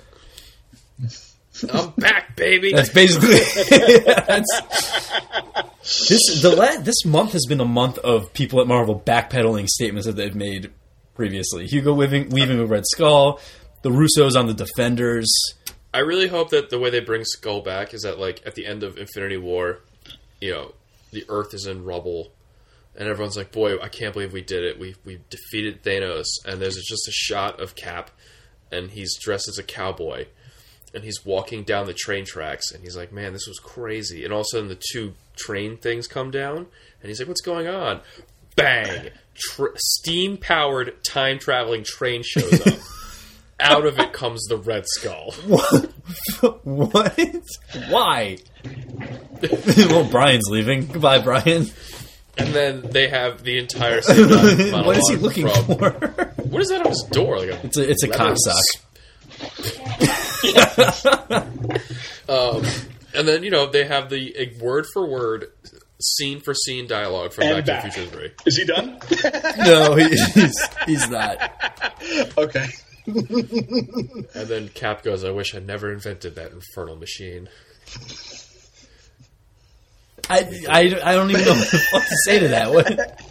I'm back, baby.
that's basically that's, this the la- this month has been a month of people at marvel backpedaling statements that they've made previously hugo weaving weaving with red skull the russos on the defenders
I really hope that the way they bring Skull back is that like at the end of Infinity War, you know, the Earth is in rubble, and everyone's like, "Boy, I can't believe we did it. We we defeated Thanos." And there's just a shot of Cap, and he's dressed as a cowboy, and he's walking down the train tracks, and he's like, "Man, this was crazy." And all of a sudden, the two train things come down, and he's like, "What's going on?" Bang! Tr- steam powered time traveling train shows up. Out of it comes the Red Skull.
What? Why? well, Brian's leaving. Goodbye, Brian.
And then they have the entire synoptic monologue
what is he looking
from,
for?
What is that on his door? Like a,
it's a, it's a cock sock.
Um, and then you know they have the uh, word for word, scene for scene dialogue from
And
Back to
back.
the Future Three.
Is he done?
No, he- he's he's not.
okay.
And then Cap goes, "I wish I'd never invented that infernal machine."
I, I, I don't even know what to say to that. What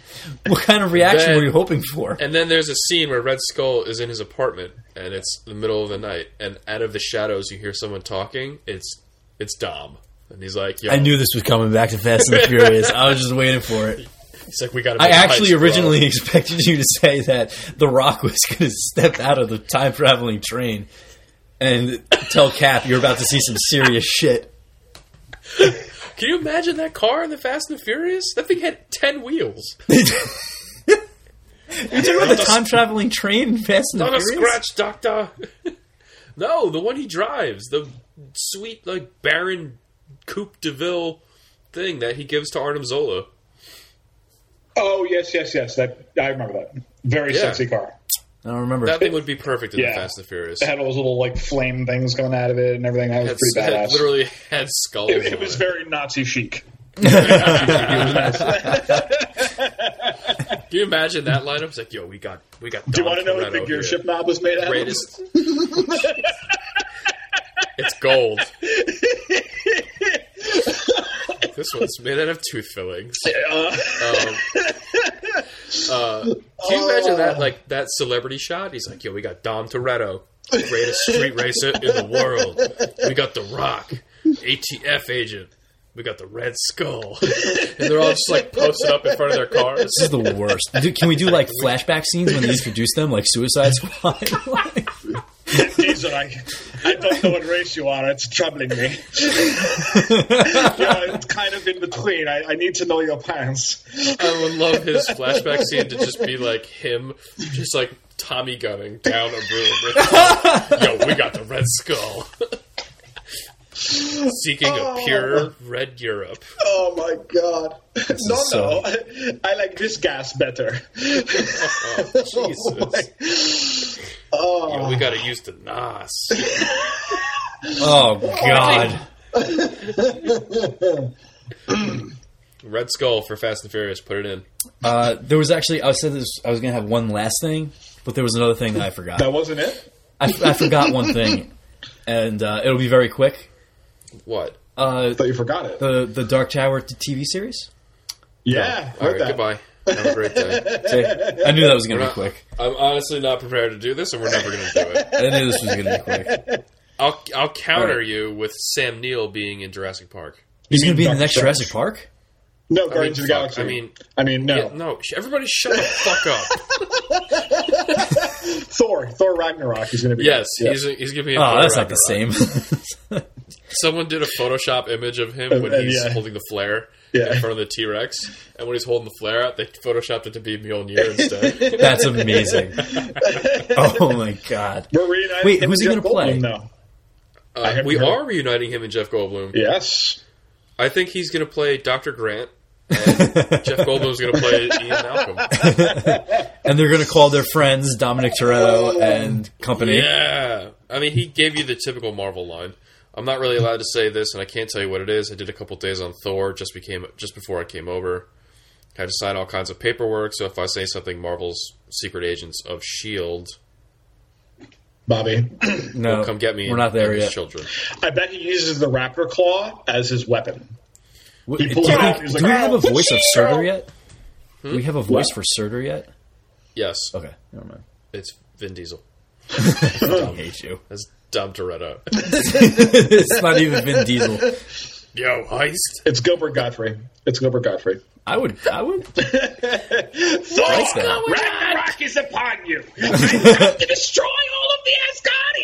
what kind of reaction
Then-
were you hoping for?
And then there's a scene where Red Skull is in his apartment, and it's the middle of the night, and out of the shadows you hear someone talking. It's it's Dom, and he's like, "Yo,"
I knew this was coming back to Fast and the Furious. I was just waiting for it.
he's like, "We got."
I actually originally expected you to say that The Rock was going to step out of the time traveling train and tell Cap you're about to see some serious shit.
Can you imagine that car in the Fast and the Furious? That thing had ten wheels.
You're talking about the time traveling train Fast and the
Not a
Furious?
scratch, Doctor. no, the one he drives, the sweet like Baron Coupe de Ville thing that he gives to Arnim Zola.
Oh yes, yes, yes. That I remember that. Very
Yeah.
sexy car.
I don't remember.
That thing would be perfect in
Yeah.
the Fast and the Furious.
It had all those little like flame things coming out of it and everything. That was
That's,
pretty
that
badass.
literally had skulls.
it, it
on
was
it.
very Nazi chic.
Can you imagine that lineup? It's like, yo, we got, we got.
Do you want to know what the gearship knob was made out of?
Greatest. it's gold. this one's made out of tooth fillings.
Uh,
Um, uh, can you imagine that, like that celebrity shot? He's like, "Yo, we got Dom Toretto, greatest street racer in the world. We got The Rock, ATF agent, we got the Red Skull, and they're all just like posted up in front of their cars.
This is the worst. Dude, can we do like flashback scenes when they introduce them, like Suicide Squad? Like,
Diesel, I, I don't know what race you are. It's troubling me. yeah, it's kind of in between. I, I need to know your plans.
I would love his flashback scene to just be like him, just like Tommy gunning down a room. With, Yo, we got the Red Skull. Seeking a pure red Europe.
Oh my god. No,
is
no. I, like this gas better.
Oh, Jesus.
Oh,
Yo, we gotta use the Nas.
oh God!
Red Skull for Fast and Furious. Put it in.
Uh, there was actually I said this. I was gonna have one last thing, but there was another thing that I forgot.
that wasn't it?
I, I forgot one thing, and uh, it'll be very quick.
What?
Uh,
But you forgot it.
the the Dark Tower t- TV series.
yeah,
All
heard
right,
that.
goodbye. Have a great day.
See? I knew that was gonna be quick.
I'm honestly not prepared to do this, and we're never going to do it.
I knew this was gonna be quick.
I'll I'll counter
All right.
you with Sam Neill being in Jurassic Park.
He's gonna be in the
Doctor
next
Strange.
Jurassic Park.
No, Guardians
mean, fuck,
of the Galaxy.
I mean-
I mean, no.
Yeah, no, sh- everybody, shut the fuck up.
Thor, Thor Ragnarok is going to be.
Yes,
Yeah.
he's he's giving me. A
Oh,
Thor
that's not the
Ragnarok.
same.
Someone did a Photoshop image of him
And-
when
and
he's
yeah.
holding the flare
Yeah.
in front of the T Rex, and when he's holding the flare out, they photoshopped it to be Mjolnir instead.
that's amazing. Oh my God!
We're reunited
Wait,
with
who's he
Jeff
gonna play?
Goldblum now.
Uh,
haven't
we
heard-
are reuniting him and Jeff Goldblum.
Yes.
I think he's going to play Doctor Grant. And Jeff Goldblum's going to play Ian Malcolm.
And they're gonna call their friends Dominic Toretto and company.
Yeah. I mean, he gave you the typical Marvel line. I'm not really allowed to say this, and I can't tell you what it is. I did a couple days on Thor just became just before I came over. Had to sign all kinds of paperwork. So if I say something, Marvel's secret agents of Shield
Bobby,
No,
come get me.
We're not there
and his
yet.
Children.
I bet he uses the raptor claw as his weapon.
W-
He
do
pulls
you
it out,
think-
he's
do
like,
we have a
"Oh,
voice of
shit,
Surtur
girl."
yet? Do we have a voice
What?
for Surtur yet?
Yes,
Okay, never mind.
it's Vin Diesel.
Oh.
I hate you.
That's Dom Toretto.
it's not even Vin Diesel.
Yo, heist.
It's Gilbert Godfrey. It's Gilbert Godfrey.
I would. I would.
Thor
that.
Ragnarok is upon you. I have to destroy all of the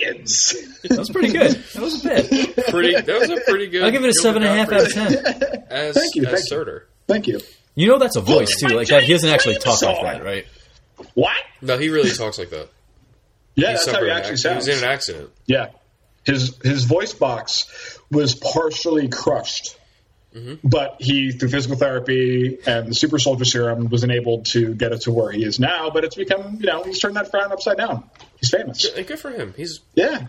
Asgardians.
That was pretty good. That was a bit.
Pretty. That was a pretty good.
I'll give it a seven and a half out of ten.
As,
you,
as
thank you.
Surtur.
Thank you.
You know that's a voice
Oh,
too. Like that, he doesn't actually talk like
Dinosaur.
that, right?
What?
No, he really talks like that.
Yeah,
He
that's how
suffered
he
an
actually
ac-
sounds.
He was in an accident.
Yeah, his his voice box was partially crushed,
Mm-hmm.
but he through physical therapy and the super soldier serum was enabled to get it to where he is now. But it's become you know he's turned that frown upside down. He's famous.
And good for him. He's,
Yeah,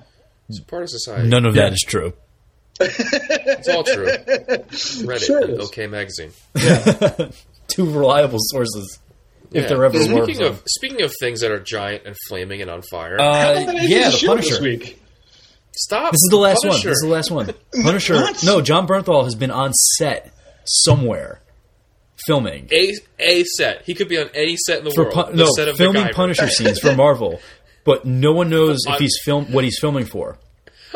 he's part of society.
None of that is true.
It's all true. Reddit
Sure it
and
is.
OK Magazine.
Two reliable sources, if
Yeah.
there ever were.
speaking of speaking of things that are giant and flaming and on fire,
Uh,
Well, then I did
yeah,
a
the
show
Punisher.
this week.
stop.
This is the last one.
Punisher.
This is the last one. Punisher.
What?
No, John Bernthal has been on set somewhere filming
A a set. He could be on any set in the
for
world.
pun-
the
no
set of
filming
MacGyver.
Punisher scenes for Marvel, but no one knows if
On-
he's film what he's filming for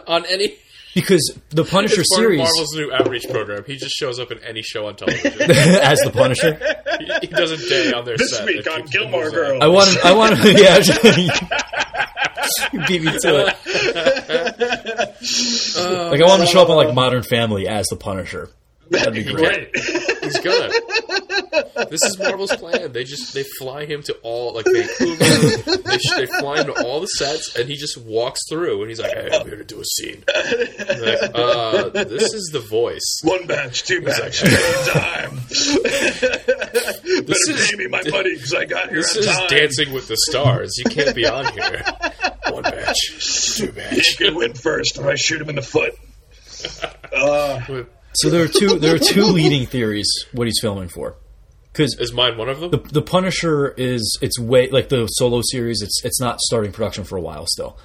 on any.
because the Punisher
It's part of
series
Marvel's new outreach program. He just shows up in any show on television.
as the Punisher.
he, he does a day on their
This
set.
week
that
on
keeps-
Gilmore
moves on.
Girls.
I want to. I want to. Yeah. you beat me to it. like I want him to show up on like Modern Family as the Punisher. That'd be great.
Great.
He's gonna. This is Marvel's plan. They just they fly him to all like Vancouver. they, sh- they fly him to all the sets, and he just walks through, and he's like, "Hey, I'm here to do a scene." And they're like, uh, this is the voice.
One batch, two batch, three time. Better
is-
pay me my money because I got here
This
on
is
time.
Dancing with the Stars. You can't be on here. One batch, two
He
batch.
could win first if I shoot him in the foot. Uh,
So there are two. There are two leading theories what he's filming for, because
Is mine one of them?
the Punisher is it's way like the solo series. It's it's not starting production for a while still.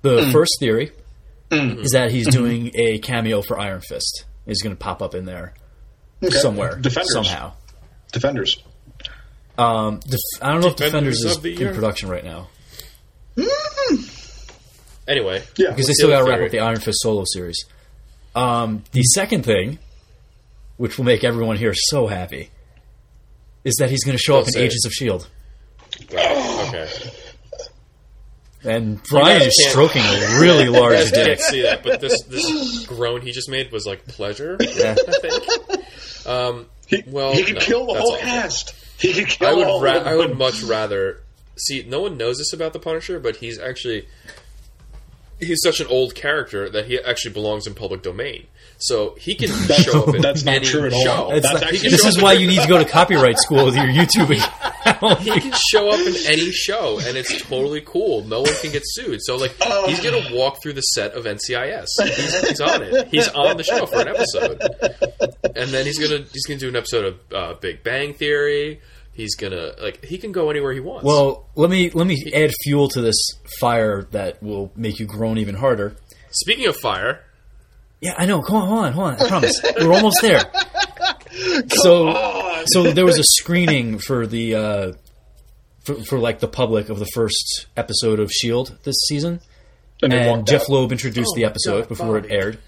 The first theory is that he's doing a cameo for Iron Fist. He's going to pop up in there somewhere
Defenders.
somehow.
Defenders.
Um, def- I don't know if
Defenders
Defenders is
of the
in
Earth.
production right now
Anyway,
Yeah.
because they still got to
other
wrap up the
theory?
Iron Fist solo series. Um, the second thing which will make everyone here so happy, is that he's going to show up
Don't
in
say it.
Agents of S.H.I.E.L.D.
Wow, okay.
And Brian
guys
is
can't-
stroking a really
You
large
guys
dick.
can't see that, but this this groan he just made was like pleasure.
Yeah.
I think. Um,
He,
Well,
he could
no,
kill the
that's
whole
awful.
cast. He could kill
I
all
would ra-
of them.
I would much rather see. No one knows this about the Punisher, but he's actually he's such an old character that he actually belongs in public domain. So he can show up in
that's not
any
true at all.
show.
It's
That's
not-
actually-
this is why you need to go to copyright school with your YouTube account.
he can show up in any show, and it's totally cool. No one can get sued. So, like, he's gonna walk through the set of NCIS. He's, he's on it. He's on the show for an episode, and then he's gonna he's gonna do an episode of uh, Big Bang Theory. He's gonna like he can go anywhere he wants.
Well, let me let me add fuel to this fire that will make you groan even harder.
speaking of fire,
Yeah, I know. Come on, hold on, hold on. I promise, we're almost there. So,
on.
so there was a screening for the uh, for, for like the public of the first episode of Shield E this season,
And, they
and
walked
Jeff
out.
Loeb introduced
Oh
the
my
episode
God,
before it
Bobby.
aired,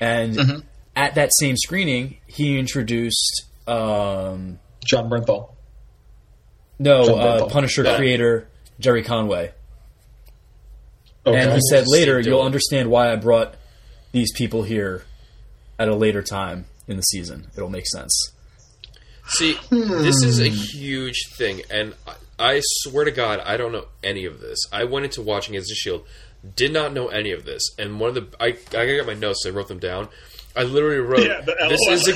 and
Mm-hmm.
at that same screening, he introduced um,
John Bernthal.
no
John
uh,
Bernthal.
Punisher
Yeah.
creator Jerry Conway.
Okay.
And he said later,
Steve
you'll
Dillon.
understand why I brought these people here at a later time in the season. It'll make sense.
See, this is a huge thing, and I, I swear to God, I don't know any of this. I went into watching Agents of Shield, did not know any of this, and one of the I I got my notes. I wrote them down. I literally wrote,
Yeah, the
"This
LOL.
is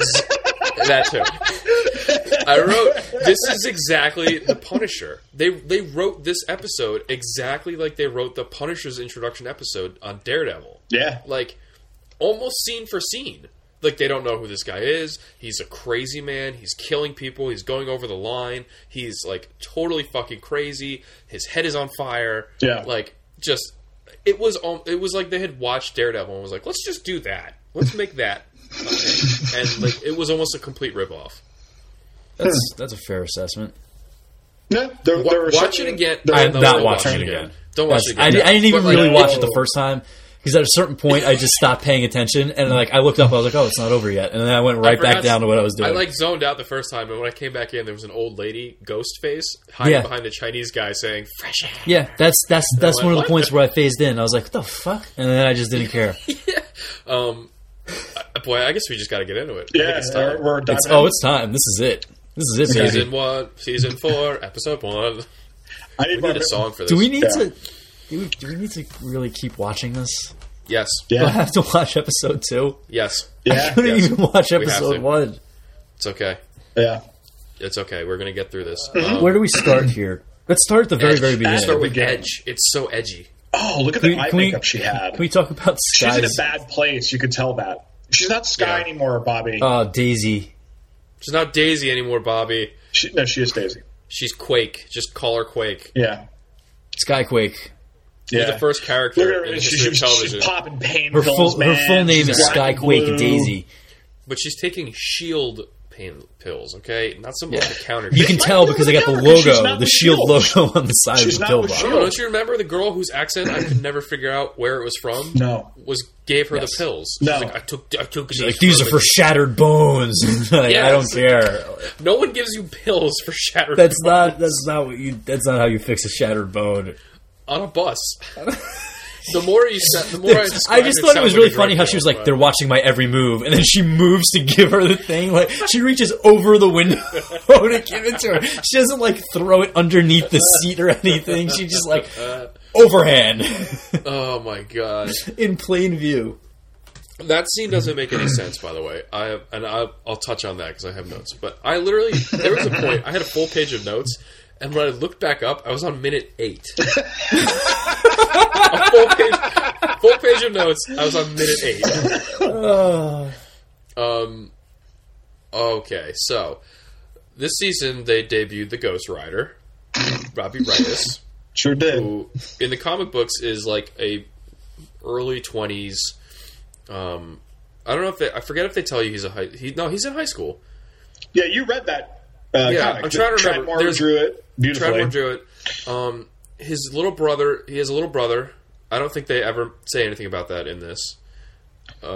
ex- that too." I wrote, "This is exactly the Punisher." They they wrote this episode exactly like they wrote the Punisher's introduction episode on Daredevil
yeah.
like almost scene for scene. Like they don't know who this guy is. He's a crazy man. He's killing people. He's going over the line. He's like totally fucking crazy. His head is on fire.
Yeah.
Like just it was al- it was like they had watched Daredevil and was like, "Let's just do that. Let's make that." a thing." and like it was almost a complete ripoff.
That's that's a fair assessment.
Yeah, there,
Wa-
there were
watch it
certain-
again.
there-
I'm
No,
not
don't watch
watching
it
it again.
Don't watch
That's-
it
I,
again.
di- I didn't even
But, like,
really watch it the
whoa.
first time because at a certain point I just stopped paying attention and like I looked up. I was like, oh, it's not over yet, and then I went right back
forgot-
down to what I was doing.
I like zoned out the first time, and when I came back in, there was an old lady ghost face hiding
Yeah.
behind a Chinese guy saying "fresh air."
yeah, that's that's that's
I
one of the
like
points where I phased in. I was like, what the fuck, and then I just didn't care.
Um, uh, boy, I guess we just got to get into it. I think
Yeah,
it's
we're,
time.
we're done.
It's oh, it's time. This is it. This is it, baby.
season one, season four, episode one.
I need
We
my-
need a song for this.
Do we need
Yeah.
to? Do we, do we need to really keep watching this?
Yes,
Do I
Yeah,
have to watch episode two?
yes.
I
yeah,
couldn't
Yes.
even watch
have
episode
to.
one.
It's okay.
yeah.
It's okay. We're gonna get through this.
Uh,
Um,
Where do we start here? Let's start at the very,
Edge.
very
Let's
beginning.
Start with
Beginning.
Edge. It's so edgy.
Oh, look at
Can
the
we-
eye
can we-
makeup she had.
Can we talk about
She's in a
Sky's
bad place. You could tell that. She's not Sky
Yeah.
anymore, Bobby.
uh, Daisy?
She's not Daisy anymore, Bobby.
she, no, she is Daisy.
She's Quake. Just call her Quake.
Yeah,
Skyquake.
yeah.
She's the first
Look
character
at
in
her.
the
She,
history of
she's, she's
television.
popping pain
Her
pills,
full her
man.
full name
She's
is
black and blue.
Skyquake Daisy.
but she's taking shield pain pills, okay? Not some over the counter.
You can
shit.
tell because I got the
She's not with
logo, the Shield
Shield.
logo on the side
She's
of the
not
pill
with
box.
Shield.
Don't you remember the girl whose accent I could never figure out where it was from?
No.
was gave her the pills. She's
No.
like, I took I took
Like these are for shattered bones. Like, I
Yes.
don't care.
no one gives you pills for shattered
That's not that's not what you. That's not how you fix a shattered bone.
on a bus. the more you said, the more I.
I
described
just thought it
sounds
was
like a
really funny
drug
how she was
deal,
like,
but-
"They're watching my every move," and then she moves to give her the thing. Like she reaches over the window to give it to her. She doesn't like throw it underneath the seat or anything. She just like overhand
"Oh my god."
in plain view.
That scene doesn't make any sense, by the way. I and I, I'll touch on that because I have notes. But I literally there was a point I had a full page of notes, and when I looked back up, I was on minute eight. a full page, full page of notes. I was on minute eight. Um. Okay, so this season they debuted the Ghost Rider, Robbie Rice
Sure did.
who in the comic books is like a early twenties. Um, I don't know if they, I forget if they tell you he's a high. He, no, he's in high school.
Yeah, you read that. Uh,
Yeah,
comic.
I'm trying to
Trent
remember.
Moore
There's-
drew it beautifully.
Trevor drew it. Um, his little brother. He has a little brother. I don't think they ever say anything about that in this.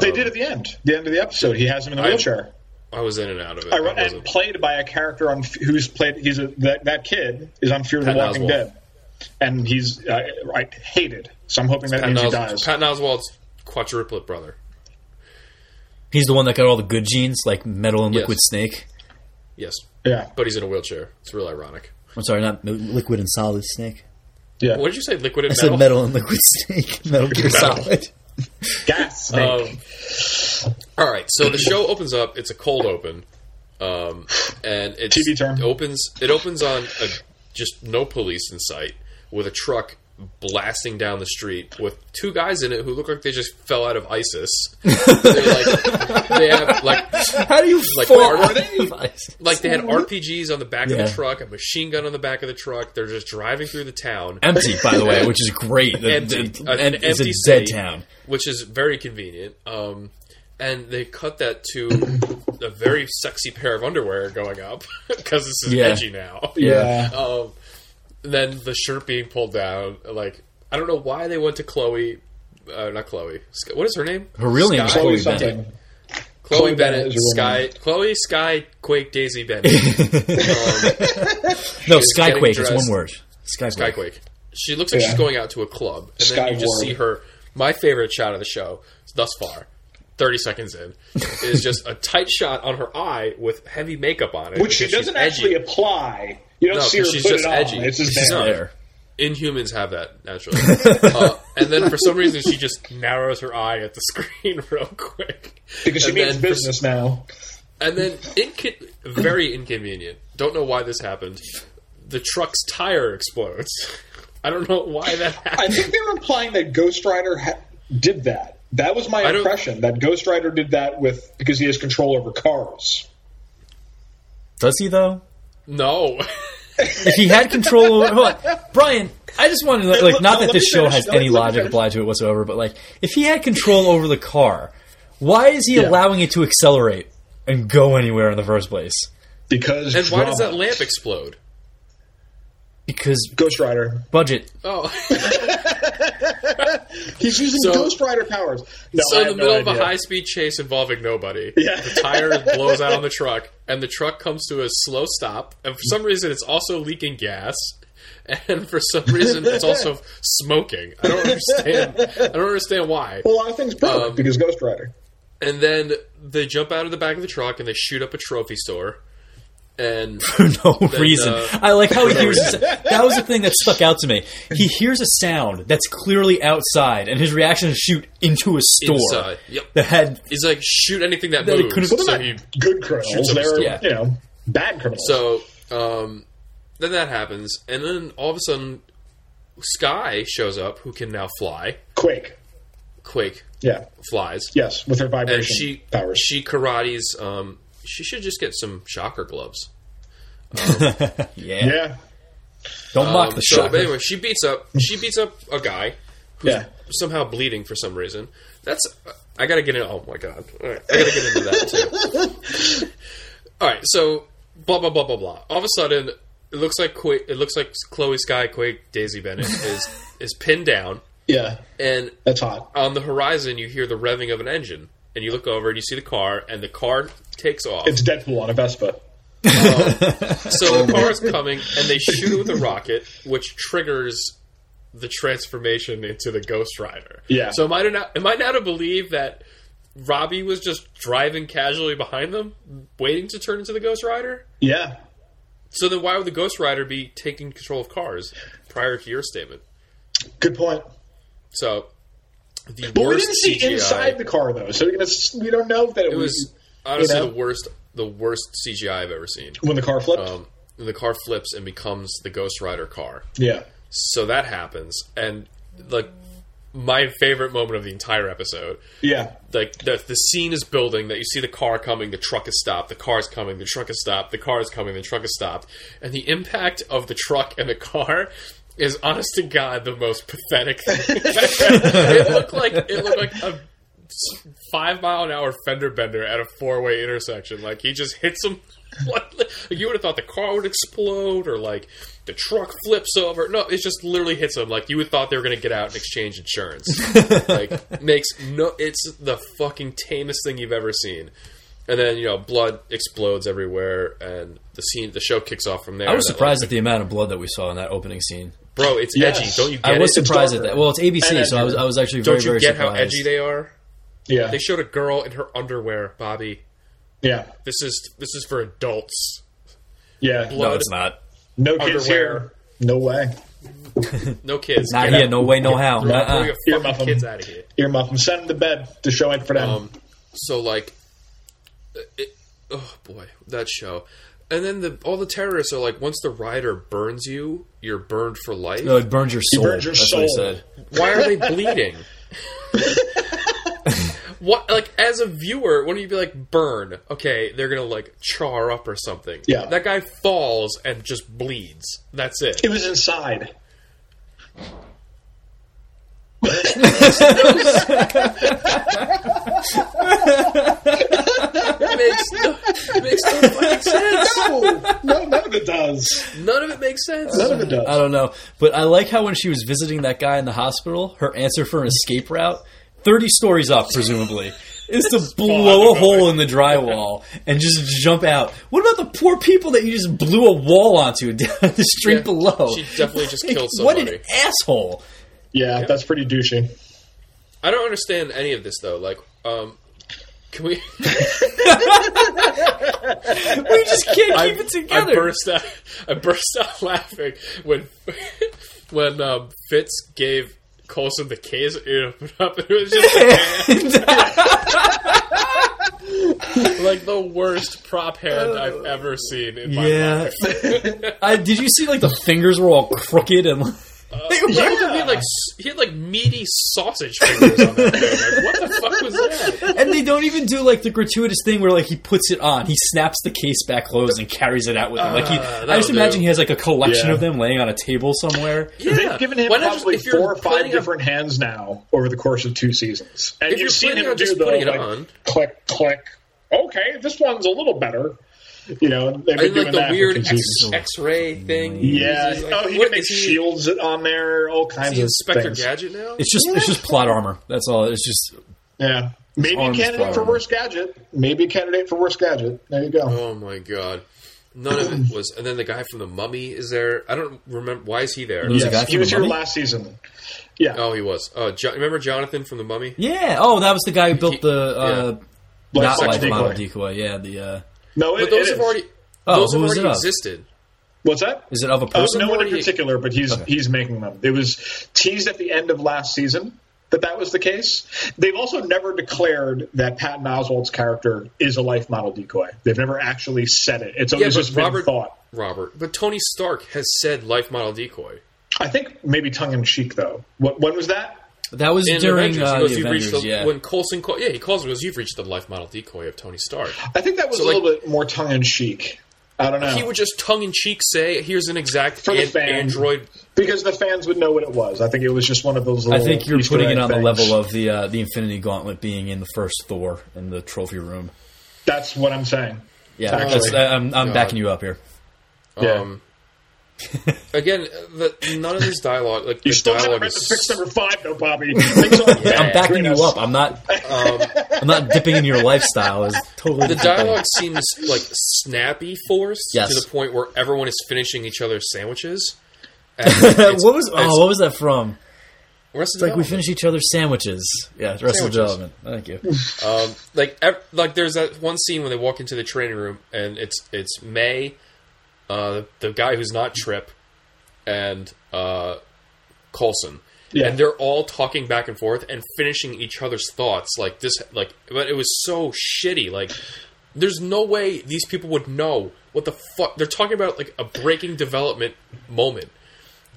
They did at the end, the end of the episode. He has him in the
I-
wheelchair.
I was in and out of it.
I
I
wrote- and
wasn't-
played by a character on F- who's played. He's a, that that kid is on Fear the
Patton
Walking
Oswalt.
Dead, and he's I, I hate it. So I'm hoping that
Patton,
means he
Os-
dies.
Patton Oswald's quadruplet brother.
He's the one that got all the good genes, like metal and
Yes.
liquid snake.
Yes,
yeah,
but he's in a wheelchair. It's real ironic.
I'm sorry, not mi- liquid and solid snake.
yeah.
What did you say? Liquid and
I said
metal.
metal and liquid snake. Metal Gear Solid.
Gas.
Um, all right, so the show opens up. It's a cold open, um, and it's,
TV term.
it opens. It opens on a, just no police in sight, with a truck blasting down the street with two guys in it who look like they just fell out of ISIS. They're like, they have like
How do you
Like,
fall
where
out
were they?
of ice?
like they had RPGs on the back of
Yeah.
the truck, a machine gun on the back of the truck. They're just driving through the town.
Empty, by the way, which is great. The-
empty,
the-
an,
and
an
it's
empty
a
city,
dead town.
which is very convenient. Um, and they cut that to a very sexy pair of underwear going up because this is
Yeah.
edgy now.
yeah.
Um, then the shirt being pulled down. Like I don't know why they went to Chloe. Uh, not Chloe. Sc- What is her name?
Her real name is
Sky-
Chloe
Chloe
Bennett.
something.
Chloe,
Chloe
Bennett.
Bennett is her real
Sky. Chloe Sky Quake Daisy Bennett. um,
No,
She's getting
Skyquake is one
dressed.
word. Skyquake.
Skyquake. She looks like
Yeah.
she's going out to a club, and then you just
Skyward.
see her. My favorite shot of the show thus far, thirty seconds in, is just a tight shot on her eye with heavy makeup on it,
Which she
because she's
doesn't actually
edgy.
apply. You don't
No,
see her
'cause she's
put
just
it on.
edgy.
It's just
She's
there.
not-
There.
Inhumans have that naturally, uh, and then for some reason she just narrows her eye at the screen real quick
because she
And
means
then for-
business now.
And then, inco- very inconvenient. Don't know why this happened. The truck's tire explodes. I don't know why that
I
happened.
think they were implying that Ghost Rider ha- did that. That was my
I don't-
impression that Ghost Rider did that with because he has control over cars.
Does he though?
No.
If he had control over, hold on. Brian. I just wanted to like, not
let- no,
that
let
this
me
show
finish.
has
No,
any
let me
logic
finish.
applied to it whatsoever, but like if he had control over the car, why is he
Yeah.
allowing it to accelerate and go anywhere in the first place?
Because
And why does that
drama.
lamp explode?
Because
Ghost Rider?
budget.
Oh,
He's using
So-
Ghost Rider powers. No,
so
I
in the
have no
middle of a
idea.
high speed chase involving nobody,
Yeah.
the tire blows out on the truck, and the truck comes to a slow stop. And for some reason, it's also leaking gas, and for some reason, it's also smoking. I don't understand. I don't understand why.
Well, a lot of things broke
Um,
because Ghost Rider.
And then they jump out of the back of the truck and they shoot up a trophy store. And
for no reason.
uh,
I like how he hears. a s- that was the thing that stuck out to me. He hears a sound that's clearly outside, and his reaction is shoot into a store
Inside, yep.
that had.
he's like, shoot anything that
That it
moves.
could've-
Well,
So
they're
he
not good criminals.
shoots up
They're
yeah.
you know bad criminals.
So um, then that happens, and then all of a sudden, Sky shows up, who can now fly.
Quake.
Quake
Yeah.
flies,
Yes, with her vibration
and she
powers.
she karates. Um, she should just get some shocker gloves.
Yeah,
yeah.
don't mock
Um,
the
so,
shot.
but anyway, she beats up she beats up a guy who's
Yeah.
somehow bleeding for some reason. That's I gotta get in. Oh my god, All right, I gotta get into that too. All right, so blah blah blah blah blah. All of a sudden, it looks like Quake, it looks like Chloe Sky Quake Daisy Bennett is is pinned down,
Yeah.
and
That's hot.
on the horizon you hear the revving of an engine, and you look over and you see the car, and the car takes off.
It's Deadpool on a Vespa. Oh
So the car is coming, and they shoot it with a rocket, which triggers the transformation into the Ghost Rider.
Yeah.
So am I to not am I now to believe that Robbie was just driving casually behind them, waiting to turn into the Ghost Rider?
Yeah.
So then why would the Ghost Rider be taking control of cars prior to your statement?
Good point.
So the
But we
worst
didn't see
CGI
inside the car though, so we can- we don't know that it,
it was
was
honestly
know?
the worst the worst CGI I've ever seen.
when the car flipped.
Um, when the car flips and becomes the Ghost Rider car.
yeah.
So that happens, and like my favorite moment of the entire episode,
Yeah.
like the the scene is building. That you see the car coming, the truck is stopped, the car is coming, the truck is stopped, the car is coming, the truck is stopped, and the impact of the truck and the car is honest to god the most pathetic thing. it looked like it looked like a five mile an hour fender bender at a four way intersection. Like he just hits him. What? Like, you would have thought the car would explode, or like the truck flips over. No, it just literally hits him. Like you would thought they were going to get out and exchange insurance. like makes no. It's the fucking tamest thing you've ever seen. And then you know, blood explodes everywhere, and the scene, the show kicks off from there.
I was
And that,
surprised
like,
at the amount of blood that we saw in that opening scene.
bro, it's
Yes.
edgy. Don't you get
I was
it?
surprised at
darker.
that. Well, it's ABC,
And
so I was I was actually very
uh, Don't you
very
get how
surprised.
edgy they are?
Yeah,
They showed a girl in her underwear, Bobby.
yeah,
This is this is for adults.
yeah.
no,
blood.
it's not.
no kids
Underwear.
here. No way.
No kids.
Not
Get
here.
out.
No way. No how. Uh-uh.
Throw
Nuh-uh.
your
Earmuff
fucking
them.
kids out of here.
Earmuff them. Send them to bed to show it for them.
Um, so like, uh, it, oh boy, that show. And then the all the terrorists are like, once the rider burns you, you're burned for life.
No, it burns your soul.
burns your
That's what he
soul.
said.
Why are they bleeding? what like as a viewer, wouldn't you be like burn? Okay, they're gonna like char up or something.
Yeah.
that guy falls and just bleeds. That's it.
it was inside.
It makes no, it makes no fucking sense.
no, no, none of it does.
None of it makes sense.
None of it
Uh,
does.
I don't know, but I like how when she was visiting that guy in the hospital, her answer for an escape route, thirty stories up, presumably, is to blow a hole in the drywall and just jump out. What about the poor people that you just blew a wall onto down the street
Yeah,
below?
she definitely just killed
What
somebody.
an asshole!
yeah, that's pretty douchey.
I don't understand any of this though. Like, um, can we?
We just can't keep it
I
together.
burst out. I burst out laughing when when um, Fitz gave Colson the case. It opened up. And it was just like the worst prop hand I've ever seen in my
Uh, yeah,
life.
I, did you see like the fingers were all crooked and? like
He had like s- he had like meaty sausage fingers on that thing. Like, what the fuck was that?
And they don't even do like the gratuitous thing where like he puts it on. He snaps the case back closed and carries it out with him. Like he, I just
Ah, that'll
imagine
do.
he has like a collection
Yeah.
of them laying on a table somewhere.
Yeah.
They've given him
Why not just-
probably
if you're
four or five
planning on-
different hands now over the course of two seasons, and
If you're
you've seen
planning
him
on
do
just
the
putting it
like,
on.
click, click. Okay, this one's a little better. You know, and they've been
And
doing
like the
that for
weird
two
X,
seasons.
X-ray thing.
Yeah.
He's like,
oh, he
what
can make
is he-
shields on there, all kinds
Is he
of
Inspector
things.
Gadget now?
It's just it's just plot armor. That's all. It's just
Yeah. Maybe a
arms
candidate for
firing.
worst gadget. Maybe a candidate for worst gadget. There you go.
Oh my god. None of it was. And then the guy from the Mummy is there. I don't remember why is he there?
There's a guy
yes, he
from
was
the
here
Mummy?
last season. Yeah,
Oh, he was. Oh, jo- remember Jonathan from the Mummy?
yeah. Oh, that was the guy who built the uh,
Like
not
sex
life
decoy.
model decoy. Yeah. The uh,
No, it,
But those
it
have
is.
already.
Oh,
those have
who is
already
it of?
existed.
What's that?
is it of a
Oh,
person?
no one in
already-
particular, but he's he's making them. It was teased at the end of last season that that was the case. They've also never declared that Patton Oswald's character is a life model decoy. They've never actually said it. It's always
but
just
Robert-
been thought.
Robert. But Tony Stark has said life model decoy.
I think maybe tongue in cheek though. What when was that?
That was
In
during
Avengers,
uh,
he goes,
the
"You've reached
Avengers.
the,
yeah.
When Coulson, call, yeah, he calls him, goes, "You've reached the life model decoy of Tony Stark."
I think that was
So,
a
like-
little bit more tongue in cheek. I don't know.
He would just tongue in cheek say, "Here's an exact
For the
an-
fans.
android."
because the fans would know what it was. I think it was just one of those.
I
Little
think you're
Easter
putting
egg
it on the
things.
level of the uh, the Infinity Gauntlet being in the first Thor in the trophy room.
That's what I'm saying.
Yeah,
Actually.
that's, I'm, I'm
God.
backing you up here.
Yeah.
Um, again, the, none of this dialogue. Like
You're
the
still trying to
dialogue
read
is
the fix number five, though, Bobby. Things aren't bad
I'm backing
between
you
us.
up. I'm not. I'm not dipping in your lifestyle. Is totally
The
different.
dialogue seems like snappy, forced
Yes.
to the point where everyone is finishing each other's sandwiches. And it's-
what was
it's-
oh, what was that from?
Arrested
Like we
Development.
finish each other's sandwiches. Yeah, the rest of
Sandwiches.
the development. Thank you.
Um, like ev- like there's that one scene when they walk into the training room and it's it's May, uh, the guy who's not Trip, and uh, Colson.
Yeah.
And they're all talking back and forth and finishing each other's thoughts like this like but it was so shitty like there's no way these people would know what the fuck they're talking about like a breaking development moment.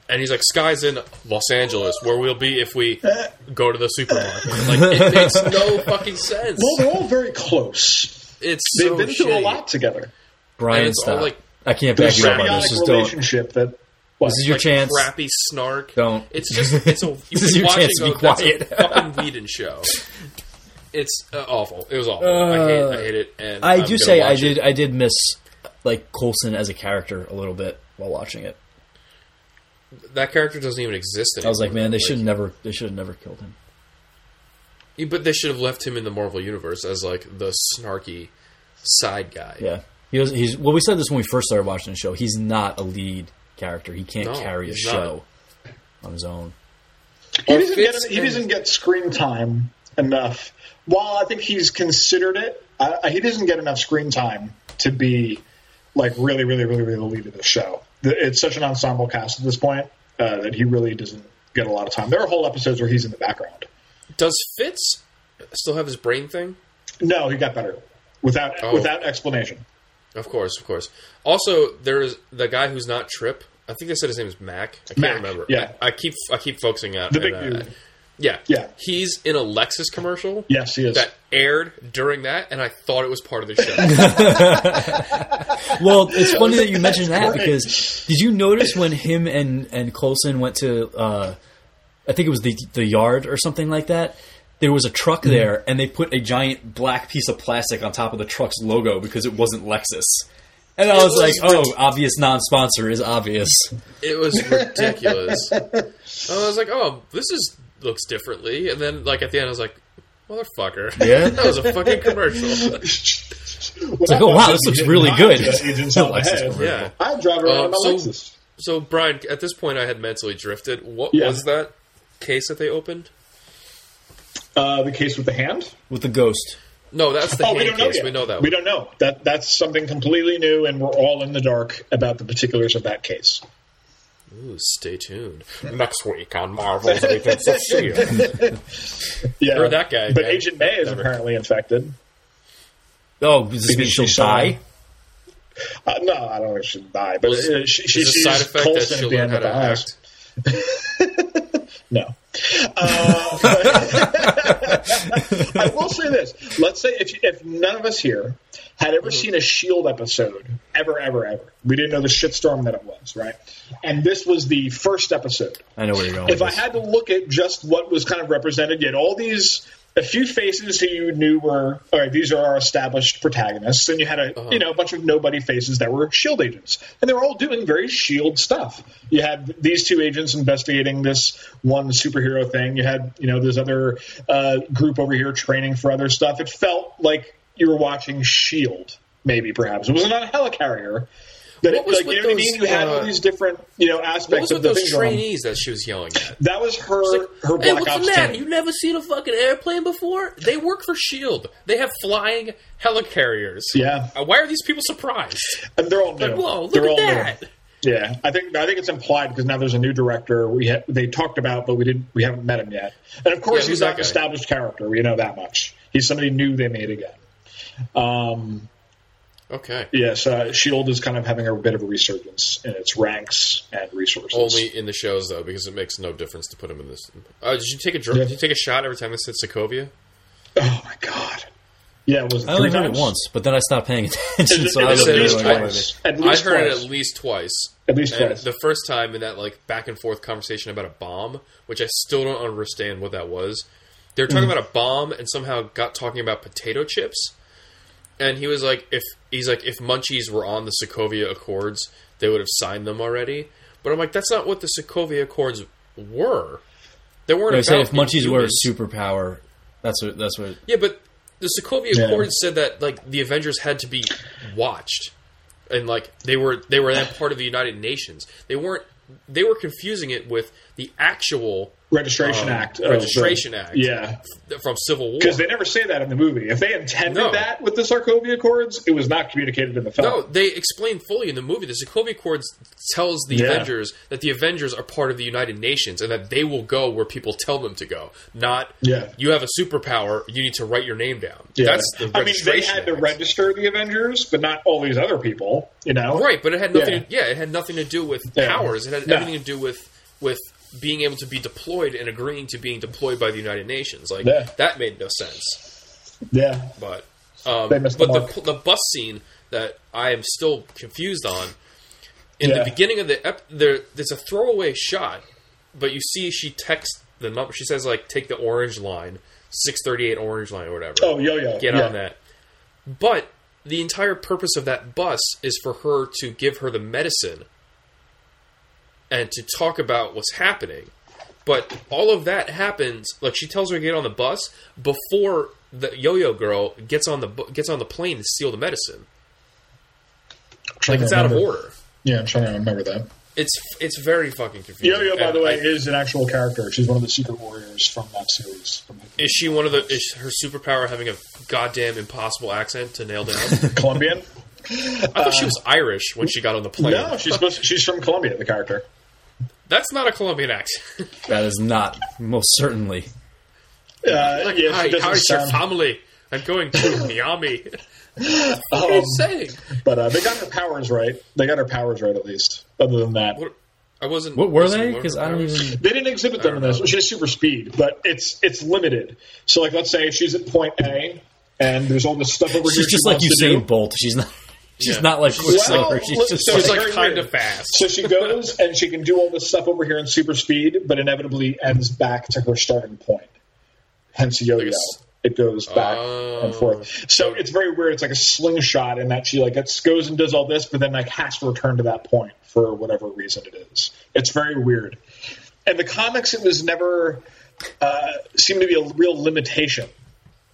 And he's like, "Sky's in Los Angeles, where we'll be if we
Uh,
go to the supermarket." Like, it makes no fucking sense.
Well, they're all very close.
It's
They've
so
been through a
shitty.
lot together.
Brian,
it's all
stop.
like-
I can't
There's
back you
a
up on this.
symbiotic
Just don't.
relationship that. What?
This is your
Like,
chance.
Crappy snark.
Don't.
It's just it's a.
This is your
watching
chance to be
a- that's a
quiet.
fucking Whedon show. It's uh, awful. It was awful. I hate. I hate it. And
I
I'm
do
gonna
say I
watch it.
did. I did miss like Colson as a character a little bit while watching it.
That character doesn't even exist. Anymore.
I was like, man, they should never. They should have never killed him.
Yeah, But they should have left him in the Marvel universe as like the snarky side guy.
Yeah, he doesn't. He's well. We said this when we first started watching the show. He's not a lead character. He can't
No,
carry a
he's not.
show on his own.
He doesn't get
Fitz
he
and-
doesn't get screen time enough. While I think he's considered it, I, I- he doesn't get enough screen time to be like really, really, really, really the lead of the show. The- It's such an ensemble cast at this point uh, that he really doesn't get a lot of time. There are whole episodes where he's in the background.
Does Fitz still have his brain thing?
No, he got better without
Oh.
without explanation.
Of course, of course. Also, there's the guy who's not Trip. I think they said his name is Mac. I can't
Mac,
remember.
yeah.
I, I keep I keep focusing on
The big
uh,
dude.
Yeah,
Yeah.
He's in a Lexus commercial.
Yes, he is.
That aired during that, and I thought it was part of the show.
Well, it's funny that you mentioned that
Right.
because did you notice when him and and Colson went to uh, I think it was the the yard or something like that. There was a truck
Mm-hmm.
there, and they put a giant black piece of plastic on top of the truck's logo because it wasn't Lexus. And I was,
was
like, "Oh, obvious non-sponsor is obvious."
it was ridiculous. I was like, oh, this is looks differently. And then, like at the end, I was like, motherfucker,
Yeah.
that was a fucking commercial.
it's
like, oh, wow, this looks really good.
Agents on the
Lexus
head.
commercial.
yeah.
I drive around
Uh,
in my
so-
Lexus.
So, Brian, at this point, I had mentally drifted. What
Yeah.
was that case that they opened?
Uh, the case with the hand.
with the ghost.
No, that's the
Oh,
hand
we don't know
case.
yet.
We know that.
We
one.
don't know. That that's something completely new, and we're all in the dark about the particulars of that case.
Ooh, stay tuned next week on Marvel's Agents of Shield.
Yeah,
Or that guy,
But
yeah.
Agent May is
Never.
apparently infected.
Oh, does this
Because
mean she'll
she saw
die?
him. Uh, no, I don't think she'll die, but
Is-
uh, she, she
is a
sees
side effect that
Coulson
she'll
at the
learn
end
how
of
to
the house.
act.
No. Uh, but- I will say this. Let's say if, if none of us here had ever seen a S.H.I.E.L.D. E episode, ever, ever, ever, we didn't know the shitstorm that it was, right? And this was the first episode.
I know where you're going.
If
with
I
this.
had to look at just what was kind of represented, you had all these, a few faces who you knew were, all right, these are our established protagonists, and you had
Uh-huh.
a, you know, a bunch of nobody faces that were shield E agents, and they were all doing very shield E stuff. You had these two agents investigating this one superhero thing. You had, you know, this other uh, group over here training for other stuff. It felt like you were watching Shield, E maybe perhaps it was not a helicarrier. That
What
it,
was
like,
with
you know what I
those,
mean? You had all
uh,
these different, you know, aspects
What was
of
with
the
those
thing going on.
trainees that she was yelling at?
That was her her
Hey,
Black
what's the
Ops
matter?
team.
You never seen a fucking airplane before? They work for Shield. E They have flying helicarriers.
Yeah.
Uh, Why are these people surprised?
and they're all new.
Like, whoa, look
they're
at
all
that.
new. Yeah, I think I think it's implied because now there's a new director. We ha- they talked about, but we didn't we haven't met him yet. And of course,
Yeah, who's
he's
that
not an
guy?
established character. We know that much. He's somebody new they made again. Um,
Okay.
yes, uh, Shield is kind of having a bit of a resurgence in its ranks and resources.
Only in the shows though, because it makes no difference to put him in this. Uh, did you take a dr-
Yeah.
did you take a shot every time they said Sokovia?
oh my god. Yeah, it was
I
three
only heard it
times.
once, but then I stopped paying
It,
attention.
it,
So I
was
was
didn't
at
really
least
know
like,
twice. At
I
least
heard it
twice.
at least twice.
At least
And
twice.
The first time in that like back and forth conversation about a bomb, which I still don't understand what that was. They were
Mm.
talking about a bomb and somehow got talking about potato chips. And he was like, if he's like, if Munchies were on the Sokovia Accords, they would have signed them already. But I'm like, that's not what the Sokovia Accords were. They weren't.
They said
about
if munchies were a
humans.
superpower, that's what that's what.
Yeah, but the Sokovia
Yeah.
Accords said that like the Avengers had to be watched, and like they were they were then part of the United Nations. They weren't. They were confusing it with the actual
Registration
um,
Act. of the-
Registration Act.
Yeah.
f- from Civil War.
Because they never say that in the movie. If they intended
No.
that with the Sarkovia Accords, it was not communicated in the film.
no, they explain fully in the movie. The Sokovia Accords tells the
Yeah.
Avengers that the Avengers are part of the United Nations and that they will go where people tell them to go. Not
Yeah.
you have a superpower, you need to write your name down.
Yeah.
That's the
I mean, they
registration.
had to
Act.
register the Avengers, but not all these other people. You know,
Right, but it had nothing.
Yeah.
To, yeah, it had nothing to do with
Yeah.
powers. It had
No.
everything to do with with being able to be deployed and agreeing to being deployed by the United Nations. Like
Yeah.
that made no sense.
Yeah,
But um,
They
but
missed the
the,
mark.
the bus scene that I am still confused on in
Yeah.
the beginning of the ep- there there's a throwaway shot, but you see she texts the number. She says like take the orange line, six thirty eight orange line or whatever
Oh, yo-yo.
get
Yeah.
on that. But the entire purpose of that bus is for her to give her the medicine and to talk about what's happening. But all of that happens, like she tells her to get on the bus before the Yo-Yo Girl gets on the bu- gets on the plane to steal the medicine.
I'm trying
Like it's
to
out of
remember-
order.
Yeah, I'm trying to remember that.
It's it's very fucking confusing.
Yo Yo, by
And
the way,
I-
is an actual character. She's one of the Secret Warriors from that series. From
is she one of the is her superpower having a goddamn impossible accent to nail down?
Colombian?
I thought she was Irish when she got on the plane.
No, she's supposed she's from Colombia. The character.
That's not a Colombian accent.
That is not most certainly.
Uh,
like,
yeah,
hi,
she
how
doesn't
is your
sound.
family? I'm going to Miami. what are
Um,
you saying?
But uh, they got her powers right. They got her powers right at least. Other than that,
What, I wasn't.
What were
listening.
they?
What
Because
were
I don't
powers?
even.
They didn't exhibit them in this. She has super speed, but it's it's limited. So, like, let's say she's at point A, and there's all this stuff over here.
She's just
she
like
wants to
Usain
do.
Bolt. She's not. She's
Yeah.
not like Quicksilver.
Well,
she's
look,
just
so
She's
like,
like
Very
kind of
weird.
fast.
So she goes and she can do all this stuff over here in super speed, but inevitably ends back to her starting point. Hence yo yo.
s-
It goes back
Oh.
and forth. So it's very weird. It's like a slingshot in that she like gets, goes and does all this, but then like has to return to that point for whatever reason it is. It's very weird. In the comics, it was never uh, seemed to be a real limitation,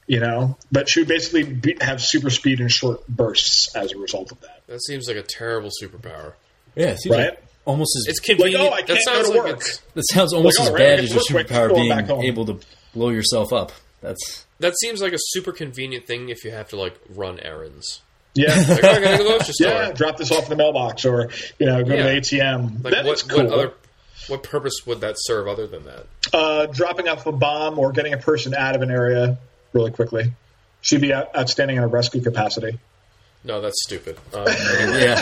you know. But she would basically be, have super speed in short bursts as a result of that.
That seems like a terrible superpower.
yeah, it seems like
Right?
almost as
It's convenient.
Like, oh, I
that
can't
sounds
go to
like
work.
it's-
That sounds almost
Like,
as
all right,
bad
I
as
can
your
work quick,
superpower
go back
being
home.
able to blow yourself up. That's
that seems like a super convenient thing if you have to like run errands.
Yeah.
Like, oh, I gotta go to the grocery store.
yeah, drop this off in the mailbox or you know go
Yeah.
to the ATM.
Like
Then
what,
it's cool.
what other what purpose would that serve other than that?
uh, dropping off a bomb or getting a person out of an area really quickly. She'd be out, outstanding in a rescue capacity.
No, that's stupid. Um,
yeah.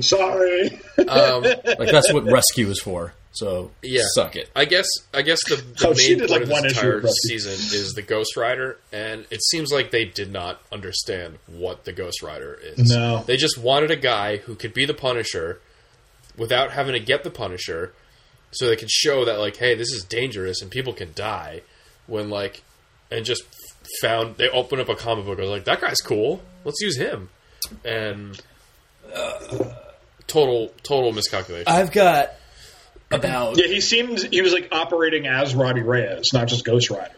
Sorry.
like that's what rescue is for. So
Yeah.
suck it.
I guess I guess the, the
Oh, she
main
did,
point
like,
of
one
this
issue
entire
of Buffy.
season is the Ghost Rider, and it seems like they did not understand what the Ghost Rider is.
No.
they just wanted a guy who could be the Punisher without having to get the Punisher, so they could show that like, hey, this is dangerous and people can die. When like, and just found they open up a comic book. I was like, that guy's cool. Let's use him. And total total miscalculation.
I've got about
Yeah, he seems he was like operating as Robbie Reyes, not just Ghost Rider.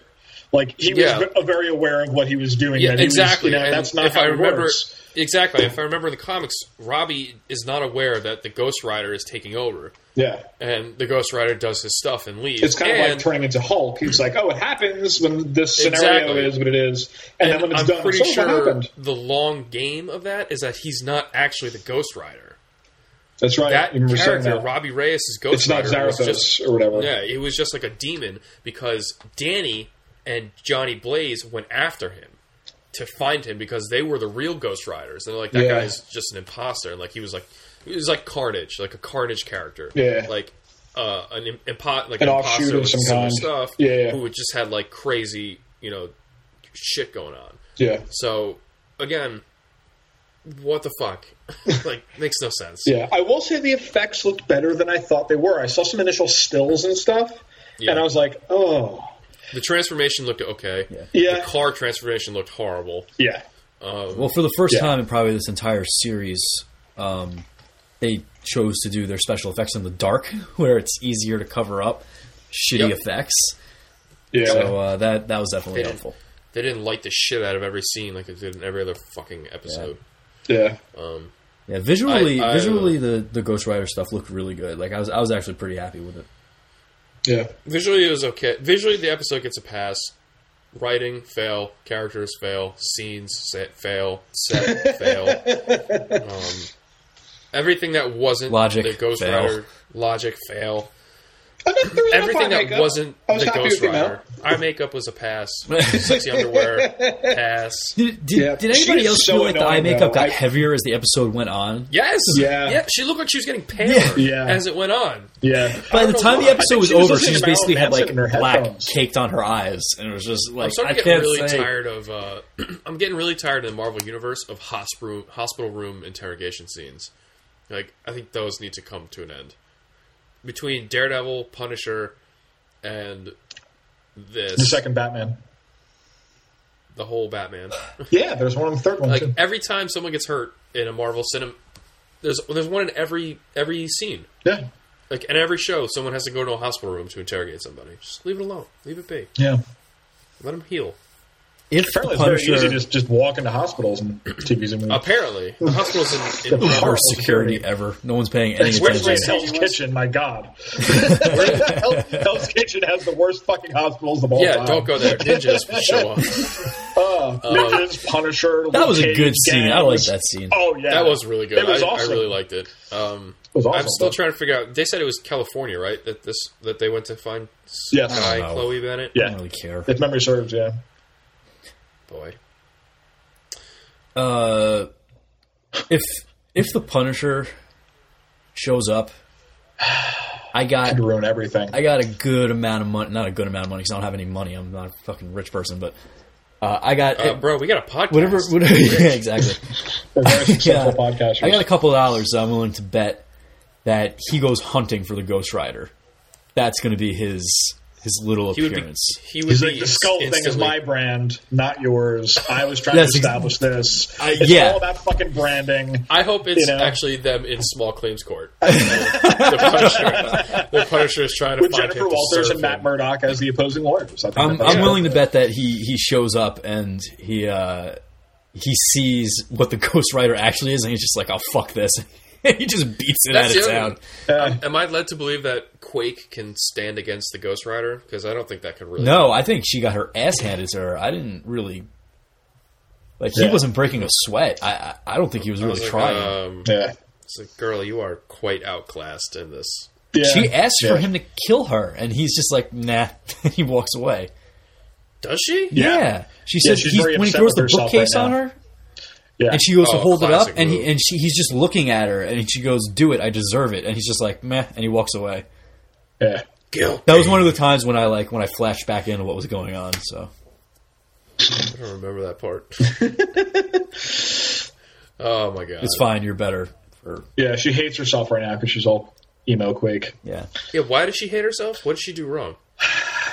Like he was
Yeah.
v- very aware of what he was doing.
Yeah,
that he was-
exactly.
you know,
and
that's not
if
how
I
it
remember
works.
exactly. If I remember in the comics, Robbie is not aware that the Ghost Rider is taking over,
Yeah,
and the Ghost Rider does his stuff and leaves.
it's kind of like
And
turning into Hulk. He's like, "Oh, it happens when this scenario
Exactly.
is what it is," and, then when it's
I'm
done,
pretty
so what
sure
happened?
the long game of that is that he's not actually the Ghost Rider.
That's right.
That
I remember Uh, saying
character,
that.
Robbie Reyes' Ghost
It's not
Rider, was
Zarathos
just
or whatever.
yeah, it was just like a demon because Danny and Johnny Blaze went after him to find him because they were the real Ghost Riders. And they're like, that
Yeah.
guy's just an imposter. And like he was like, he was like Carnage, like a Carnage character.
Yeah.
like uh, an im- impo- like
An
an,
offshoot
imposter
of
with
some
similar
kind.
stuff.
Yeah, yeah.
who just had like crazy, you know, shit going on.
Yeah.
So again, what the fuck? like makes no sense.
Yeah, I will say the effects looked better than I thought they were. I saw some initial stills and stuff,
Yeah.
and I was like, oh,
The transformation looked okay. The
yeah,
car transformation looked horrible.
yeah,
well for the first
Yeah.
time in probably this entire series, um, they chose to do their special effects in the dark, where it's easier to cover up shitty
Yep.
effects.
yeah.
So uh, that that was definitely
Yeah.
helpful.
They didn't light the shit out of every scene like they did in every other fucking episode.
yeah.
Yeah, visually,
I- I-
visually
uh,
the the Ghost Rider stuff looked really good. Like I was, I was actually pretty happy with it.
Yeah.
Visually, it was okay. Visually, the episode gets a pass. Writing fail, characters fail, scenes set fail, set fail. Um, everything that wasn't
Logic,
the Ghost
fail.
Rider logic fail.
And then there was no
Everything
fine
that
makeup.
wasn't
I was
the
happy
Ghost
with the
Rider. Eye makeup was a pass. Sexy underwear pass.
Did, did,
Yeah.
did
She
anybody
is
else
so
feel like the eye
annoying,
makeup
though.
got
I-
heavier as the episode went on?
Yes.
Yeah.
She looked like she was getting paler
Yeah.
as it went on.
Yeah,
By the
don't
time
know
the
why. I
episode
think
was,
she was
over,
listening
she
to
just
Marilyn
basically had
Manson
like
in her
black
headphones.
caked on her eyes, and it was just like
I'm starting
I
to get
can't
really
say.
tired of. Uh, I'm getting really tired in the Marvel universe of hospital hospital room interrogation scenes. Like I think those need to come to an end. Between Daredevil, Punisher, and this,
the second Batman.
the whole Batman.
Yeah, there's one on the third one
Like
too.
every time someone gets hurt in a Marvel cinema, there's there's one in every every scene.
Yeah,
Like in every show, someone has to go to a hospital room to interrogate somebody. Just leave it alone. Leave it be.
yeah.
Let him heal.
If
Apparently,
the
it's
Punisher,
very easy to just, just walk into hospitals and TVs and
Apparently, the hospital's in, in
The
worst
horse-
security ever. No one's paying any
Where's
attention.
Hell's Kitchen? My God, Hell- Hell's Kitchen has the worst fucking hospitals of all
yeah,
time.
don't go there. Ninjas show up.
Uh, Ninjas, Punisher.
That was a
Luke
good
Cage,
scene. I
gangs.
like that scene.
Oh yeah,
That was really good.
It was
I,
awesome.
I really liked it. Um,
was awesome,
I'm still
though.
trying to figure out. They said it was California, right? That this that they went to find s-
Yes.
guy
Oh.
Chloe Bennett.
I
yeah.
don't really care.
If memory serves, yeah.
boy.
Uh, if if the Punisher shows up, I got
To ruin everything.
I got a good amount of money. Not a good amount of money because I don't have any money. I'm not a fucking rich person, but uh, I got
Uh, bro, we got a podcast.
whatever. whatever yeah, exactly.
They're very successful podcasters.
I got a couple of dollars. that I'm willing to bet that he goes hunting for the Ghost Rider. That's going to be his his little
he would be.
appearance.
He would
He's
be
like, the skull thing is
instantly-
my brand, not yours. I was trying
Yes,
to
ex-
establish this.
I-
it's
yeah.
all about fucking branding.
I hope it's
you know.
actually them in small claims court. the, Punisher, the Punisher is trying to
With
find
Jennifer
him to
Walters
serve
and Matt
him.
Murdock as the opposing lawyers. I think
I'm,
that-
I'm willing to bet that he he shows up and he uh, he sees what the Ghost Rider actually is, and he's just like, "Oh fuck this!" he just beats it
That's
out of
the other
town.
one.
Uh,
Am I led to believe that Quake can stand against the Ghost Rider? Because I don't think that could really.
No, I think she got her ass handed to her. I didn't really like. He
Yeah.
wasn't breaking a sweat. I I I don't think he was
I
really
was like,
trying.
um,
yeah.
it's like, girl, you are quite outclassed in this.
Yeah.
she eh, asked
Yeah.
for him to kill her, and he's just like, "Nah." he walks away.
Does she?
Yeah,
Yeah.
she said
she's
he's,
very
when he
upset
throws
with
the
herself
bookcase
right
on
now.
her,
Yeah.
and she goes to
Oh,
hold it up,
classic
and he
move.
and she he's just looking at her, and she goes, "Do it, I deserve it," and he's just like, "Meh," and he walks away.
yeah.
Guilt.
That was one of the times when I like when I flashed back into what was going on. So
I don't remember that part. oh my god.
it's fine, you're better. Or
Yeah, she hates herself right now because she's all emo quake.
yeah,
Yeah, why did she hate herself? What did she do wrong?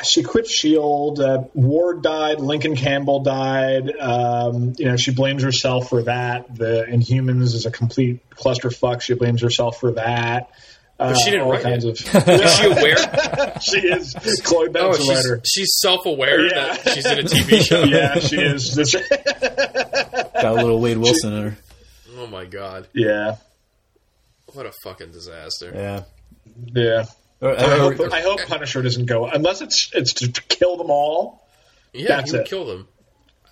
She quit Shield. Uh, Ward died. Lincoln Campbell died. Um, you know, she blames herself for that. The Inhumans is a complete clusterfuck. She blames herself for that. Uh,
she didn't
all
write
kinds
it.
of.
Is she aware?
she is Chloe
Oh,
Bennett's a
she's,
writer.
she's self-aware
Yeah.
that she's in a TV show.
Yeah, she is. That's-
got a little Wade Wilson in her.
Oh my god.
yeah,
What a fucking disaster.
Yeah.
yeah.
Or- uh, or-
I hope,
or-
I hope Punisher doesn't go unless it's it's to kill them all.
Yeah,
That's
you would
it.
kill them.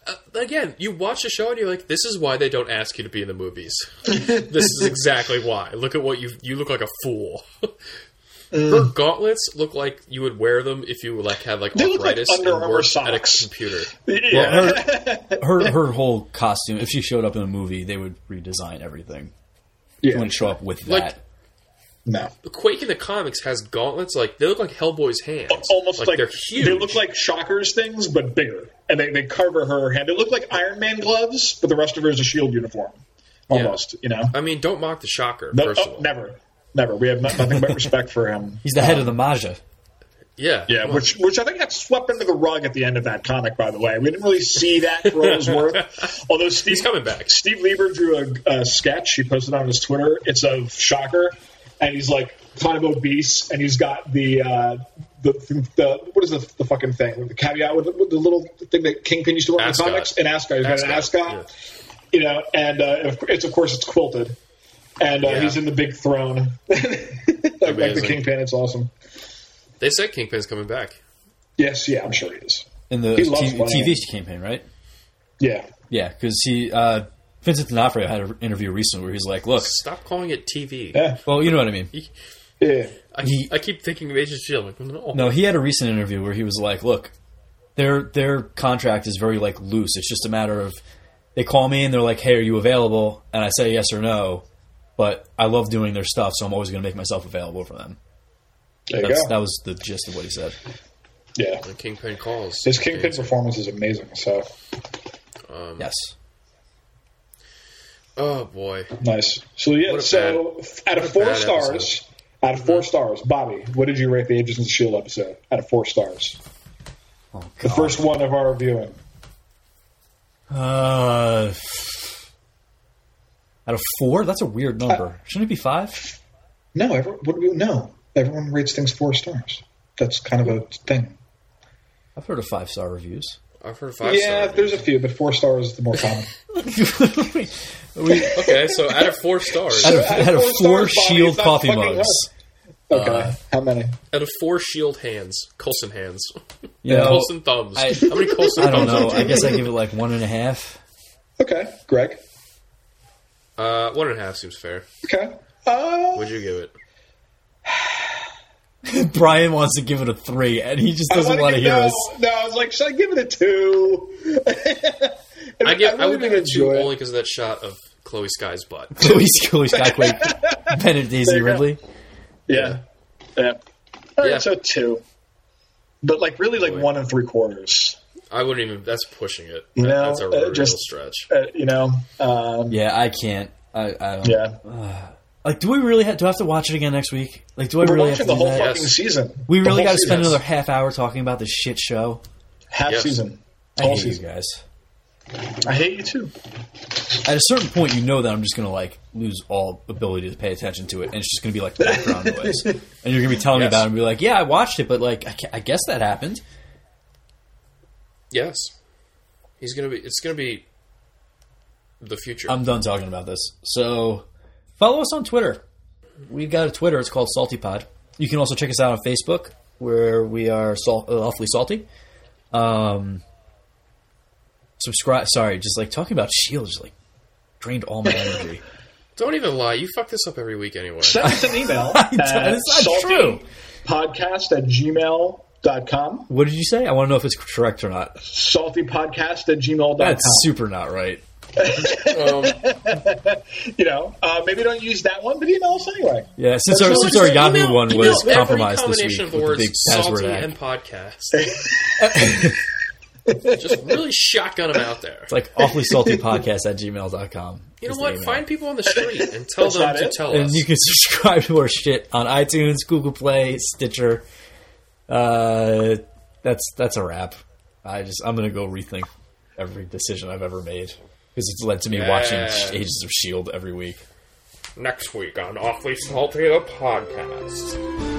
Uh, again, you watch the show and you're like, "This is why they don't ask you to be in the movies. this is exactly why. Look at what you you look like a fool.
Uh.
Her gauntlets look like you would wear them if you like had like
look like
arthritis
Under
and
Armour
worked at a
socks.
computer.
Yeah,
her her whole costume. If she showed up in a movie, they would redesign everything. She
yeah.
wouldn't show up with that.
Like-
no.
Quake in the comics has gauntlets like they look like Hellboy's hands.
Almost like,
they're huge.
They look like Shocker's things, but bigger, and they, they cover her hand. They look like Iron Man gloves, but the rest of her is a Shield E uniform, almost. You know,
I mean, don't mock the Shocker.
No-
first of
oh,
all,
never, never. We have no- nothing but respect for him.
He's the head of the Maja.
yeah,
Yeah, which which I think got swept under the rug at the end of that comic. By the way, we didn't really see that for what it was worth. Although Steve,
He's coming back.
Steve Lieber drew a, a sketch. He posted on his Twitter. It's of Shocker, and he's like kind of obese, and he's got the uh, the, the what is the, the fucking thing with the caveat with the, with the little thing that Kingpin used to wear in the
Ascot.
comics, an ascot. He's got an
Ascot,
ascot, you know, and uh, of cour- it's of course it's quilted, and uh,
Yeah.
he's in the big throne, like, like the
Amazing.
Kingpin. It's awesome.
They said Kingpin's coming back.
Yes, yeah, I'm sure he is.
in the
He loves
TV,
playing.
TV campaign, right?
Yeah.
Yeah, because he uh, Vincent D'Onofrio had an interview recently where he's like, "Look,
Stop calling it TV.
Yeah.
well, you know what I mean."
Yeah.
I,
He-
I keep thinking of Agent Shield. Like, oh, no,
No, he had a recent interview where he was like, "Look, their their contract is very like loose. It's just a matter of they call me and they're like, "Hey, are you available?" And I say yes or no, but I love doing their stuff, so I'm always going to make myself available for them.
There you
That's,
go.
that was the gist of what he said.
yeah.
Kingpin calls.
His Kingpin performance is amazing, so Um,
Yes.
Oh boy.
nice. So yeah,
What a
so f- out
what
of
a
four
bad
stars,
episode. Mm-hmm.
out of 4 stars, Bobby, what did you rate the Agents of the Shield E episode? Out of four stars,
Oh God.
the first one of our viewing.
Uh, out of four, that's a weird number. Shouldn't it be five?
No, every, what do we, no, everyone rates things four stars. That's kind of a thing.
I've heard of five star reviews.
I've heard five
yeah,
star.
there's a few, but four stars is the more common.
we
Okay, so out of four stars,
had a,
out of,
out of
had a
four
four
stars, Bobby,
shield
it's not
coffee
fucking
mugs.
us.
Uh,
Okay, how many?
four shield hands, Colson hands,
You know,
Colson thumbs.
I-
How many Colson
I don't
thumbs?
know. I guess I give it like one and a half.
Okay, Greg.
Uh, one and a half seems fair.
Okay. Uh,
Would you give it?
Brian wants to give it a three, and he just doesn't
I wanna
want to
give-
hear
no,
us.
No, I was like, should I give it a two?
I give. I,
really
would give
didn't
it two
enjoy
only because of that shot of Chloe Sky's butt.
Chloe, Chloe Skyquake, Bennett, Daisy
go.
Ridley.
Yeah. Yeah. All right,
Yeah.
so two. But like really like
Boy.
one and three quarters.
I wouldn't even. That's pushing it.
You know,
that's a
uh,
real
just-
stretch.
Uh, you know? Um, yeah.
Yeah, I can't. I, I don't. Like, do we really have? Do I have to watch it again next week? Like, do I
We're
really have to
watching
do
the whole
that?
fucking
Yes.
season.
We
The
really
whole
got to spend
season.
another half hour talking about this shit show.
half
Yes.
season.
I
Whole
hate you
season.
guys.
I hate you too.
At a certain point, you know that I'm just gonna like lose all ability to pay attention to it, and it's just gonna be like background noise. And you're gonna be telling me
Yes.
about it and be like, "Yeah, I watched it, but like, I, ca- I guess that happened."
Yes, he's gonna be. It's gonna be the future.
I'm done talking about this. So follow us on Twitter. We've got a Twitter. It's called Salty Pod. You can also check us out on Facebook, where we are sal- uh, awfully salty. Um, subscribe. Sorry, just like talking about Shield just like drained all my energy.
don't even lie. You fuck this up every week anyway.
Send us an email. at
It's not true.
Podcast at gmail.com.
What did you say? I want to know if it's correct or not.
Saltypodcast at gmail.com.
That's super not right.
Um,
you know, uh, maybe don't use that one, but email us anyway.
Yeah, since our
So
since
it's
our
an
Oh, Yahoo
email-
one
email
was
every
compromised this week
combination
with
of
the
words,
big password
salty
hack.
and podcast. Just really shotgun them out there.
like awfully salty podcast at gmail.com.
you know what? Find people on the street and tell
That's
them
not
to
it.
tell
and
us.
you can subscribe to our shit on iTunes, Google Play, Stitcher. Uh, that's that's a wrap. I just I'm gonna go rethink every decision I've ever made because it's led to me watching
Yeah.
Agents of Shield every week.
Next week on Awfully Salty the podcast.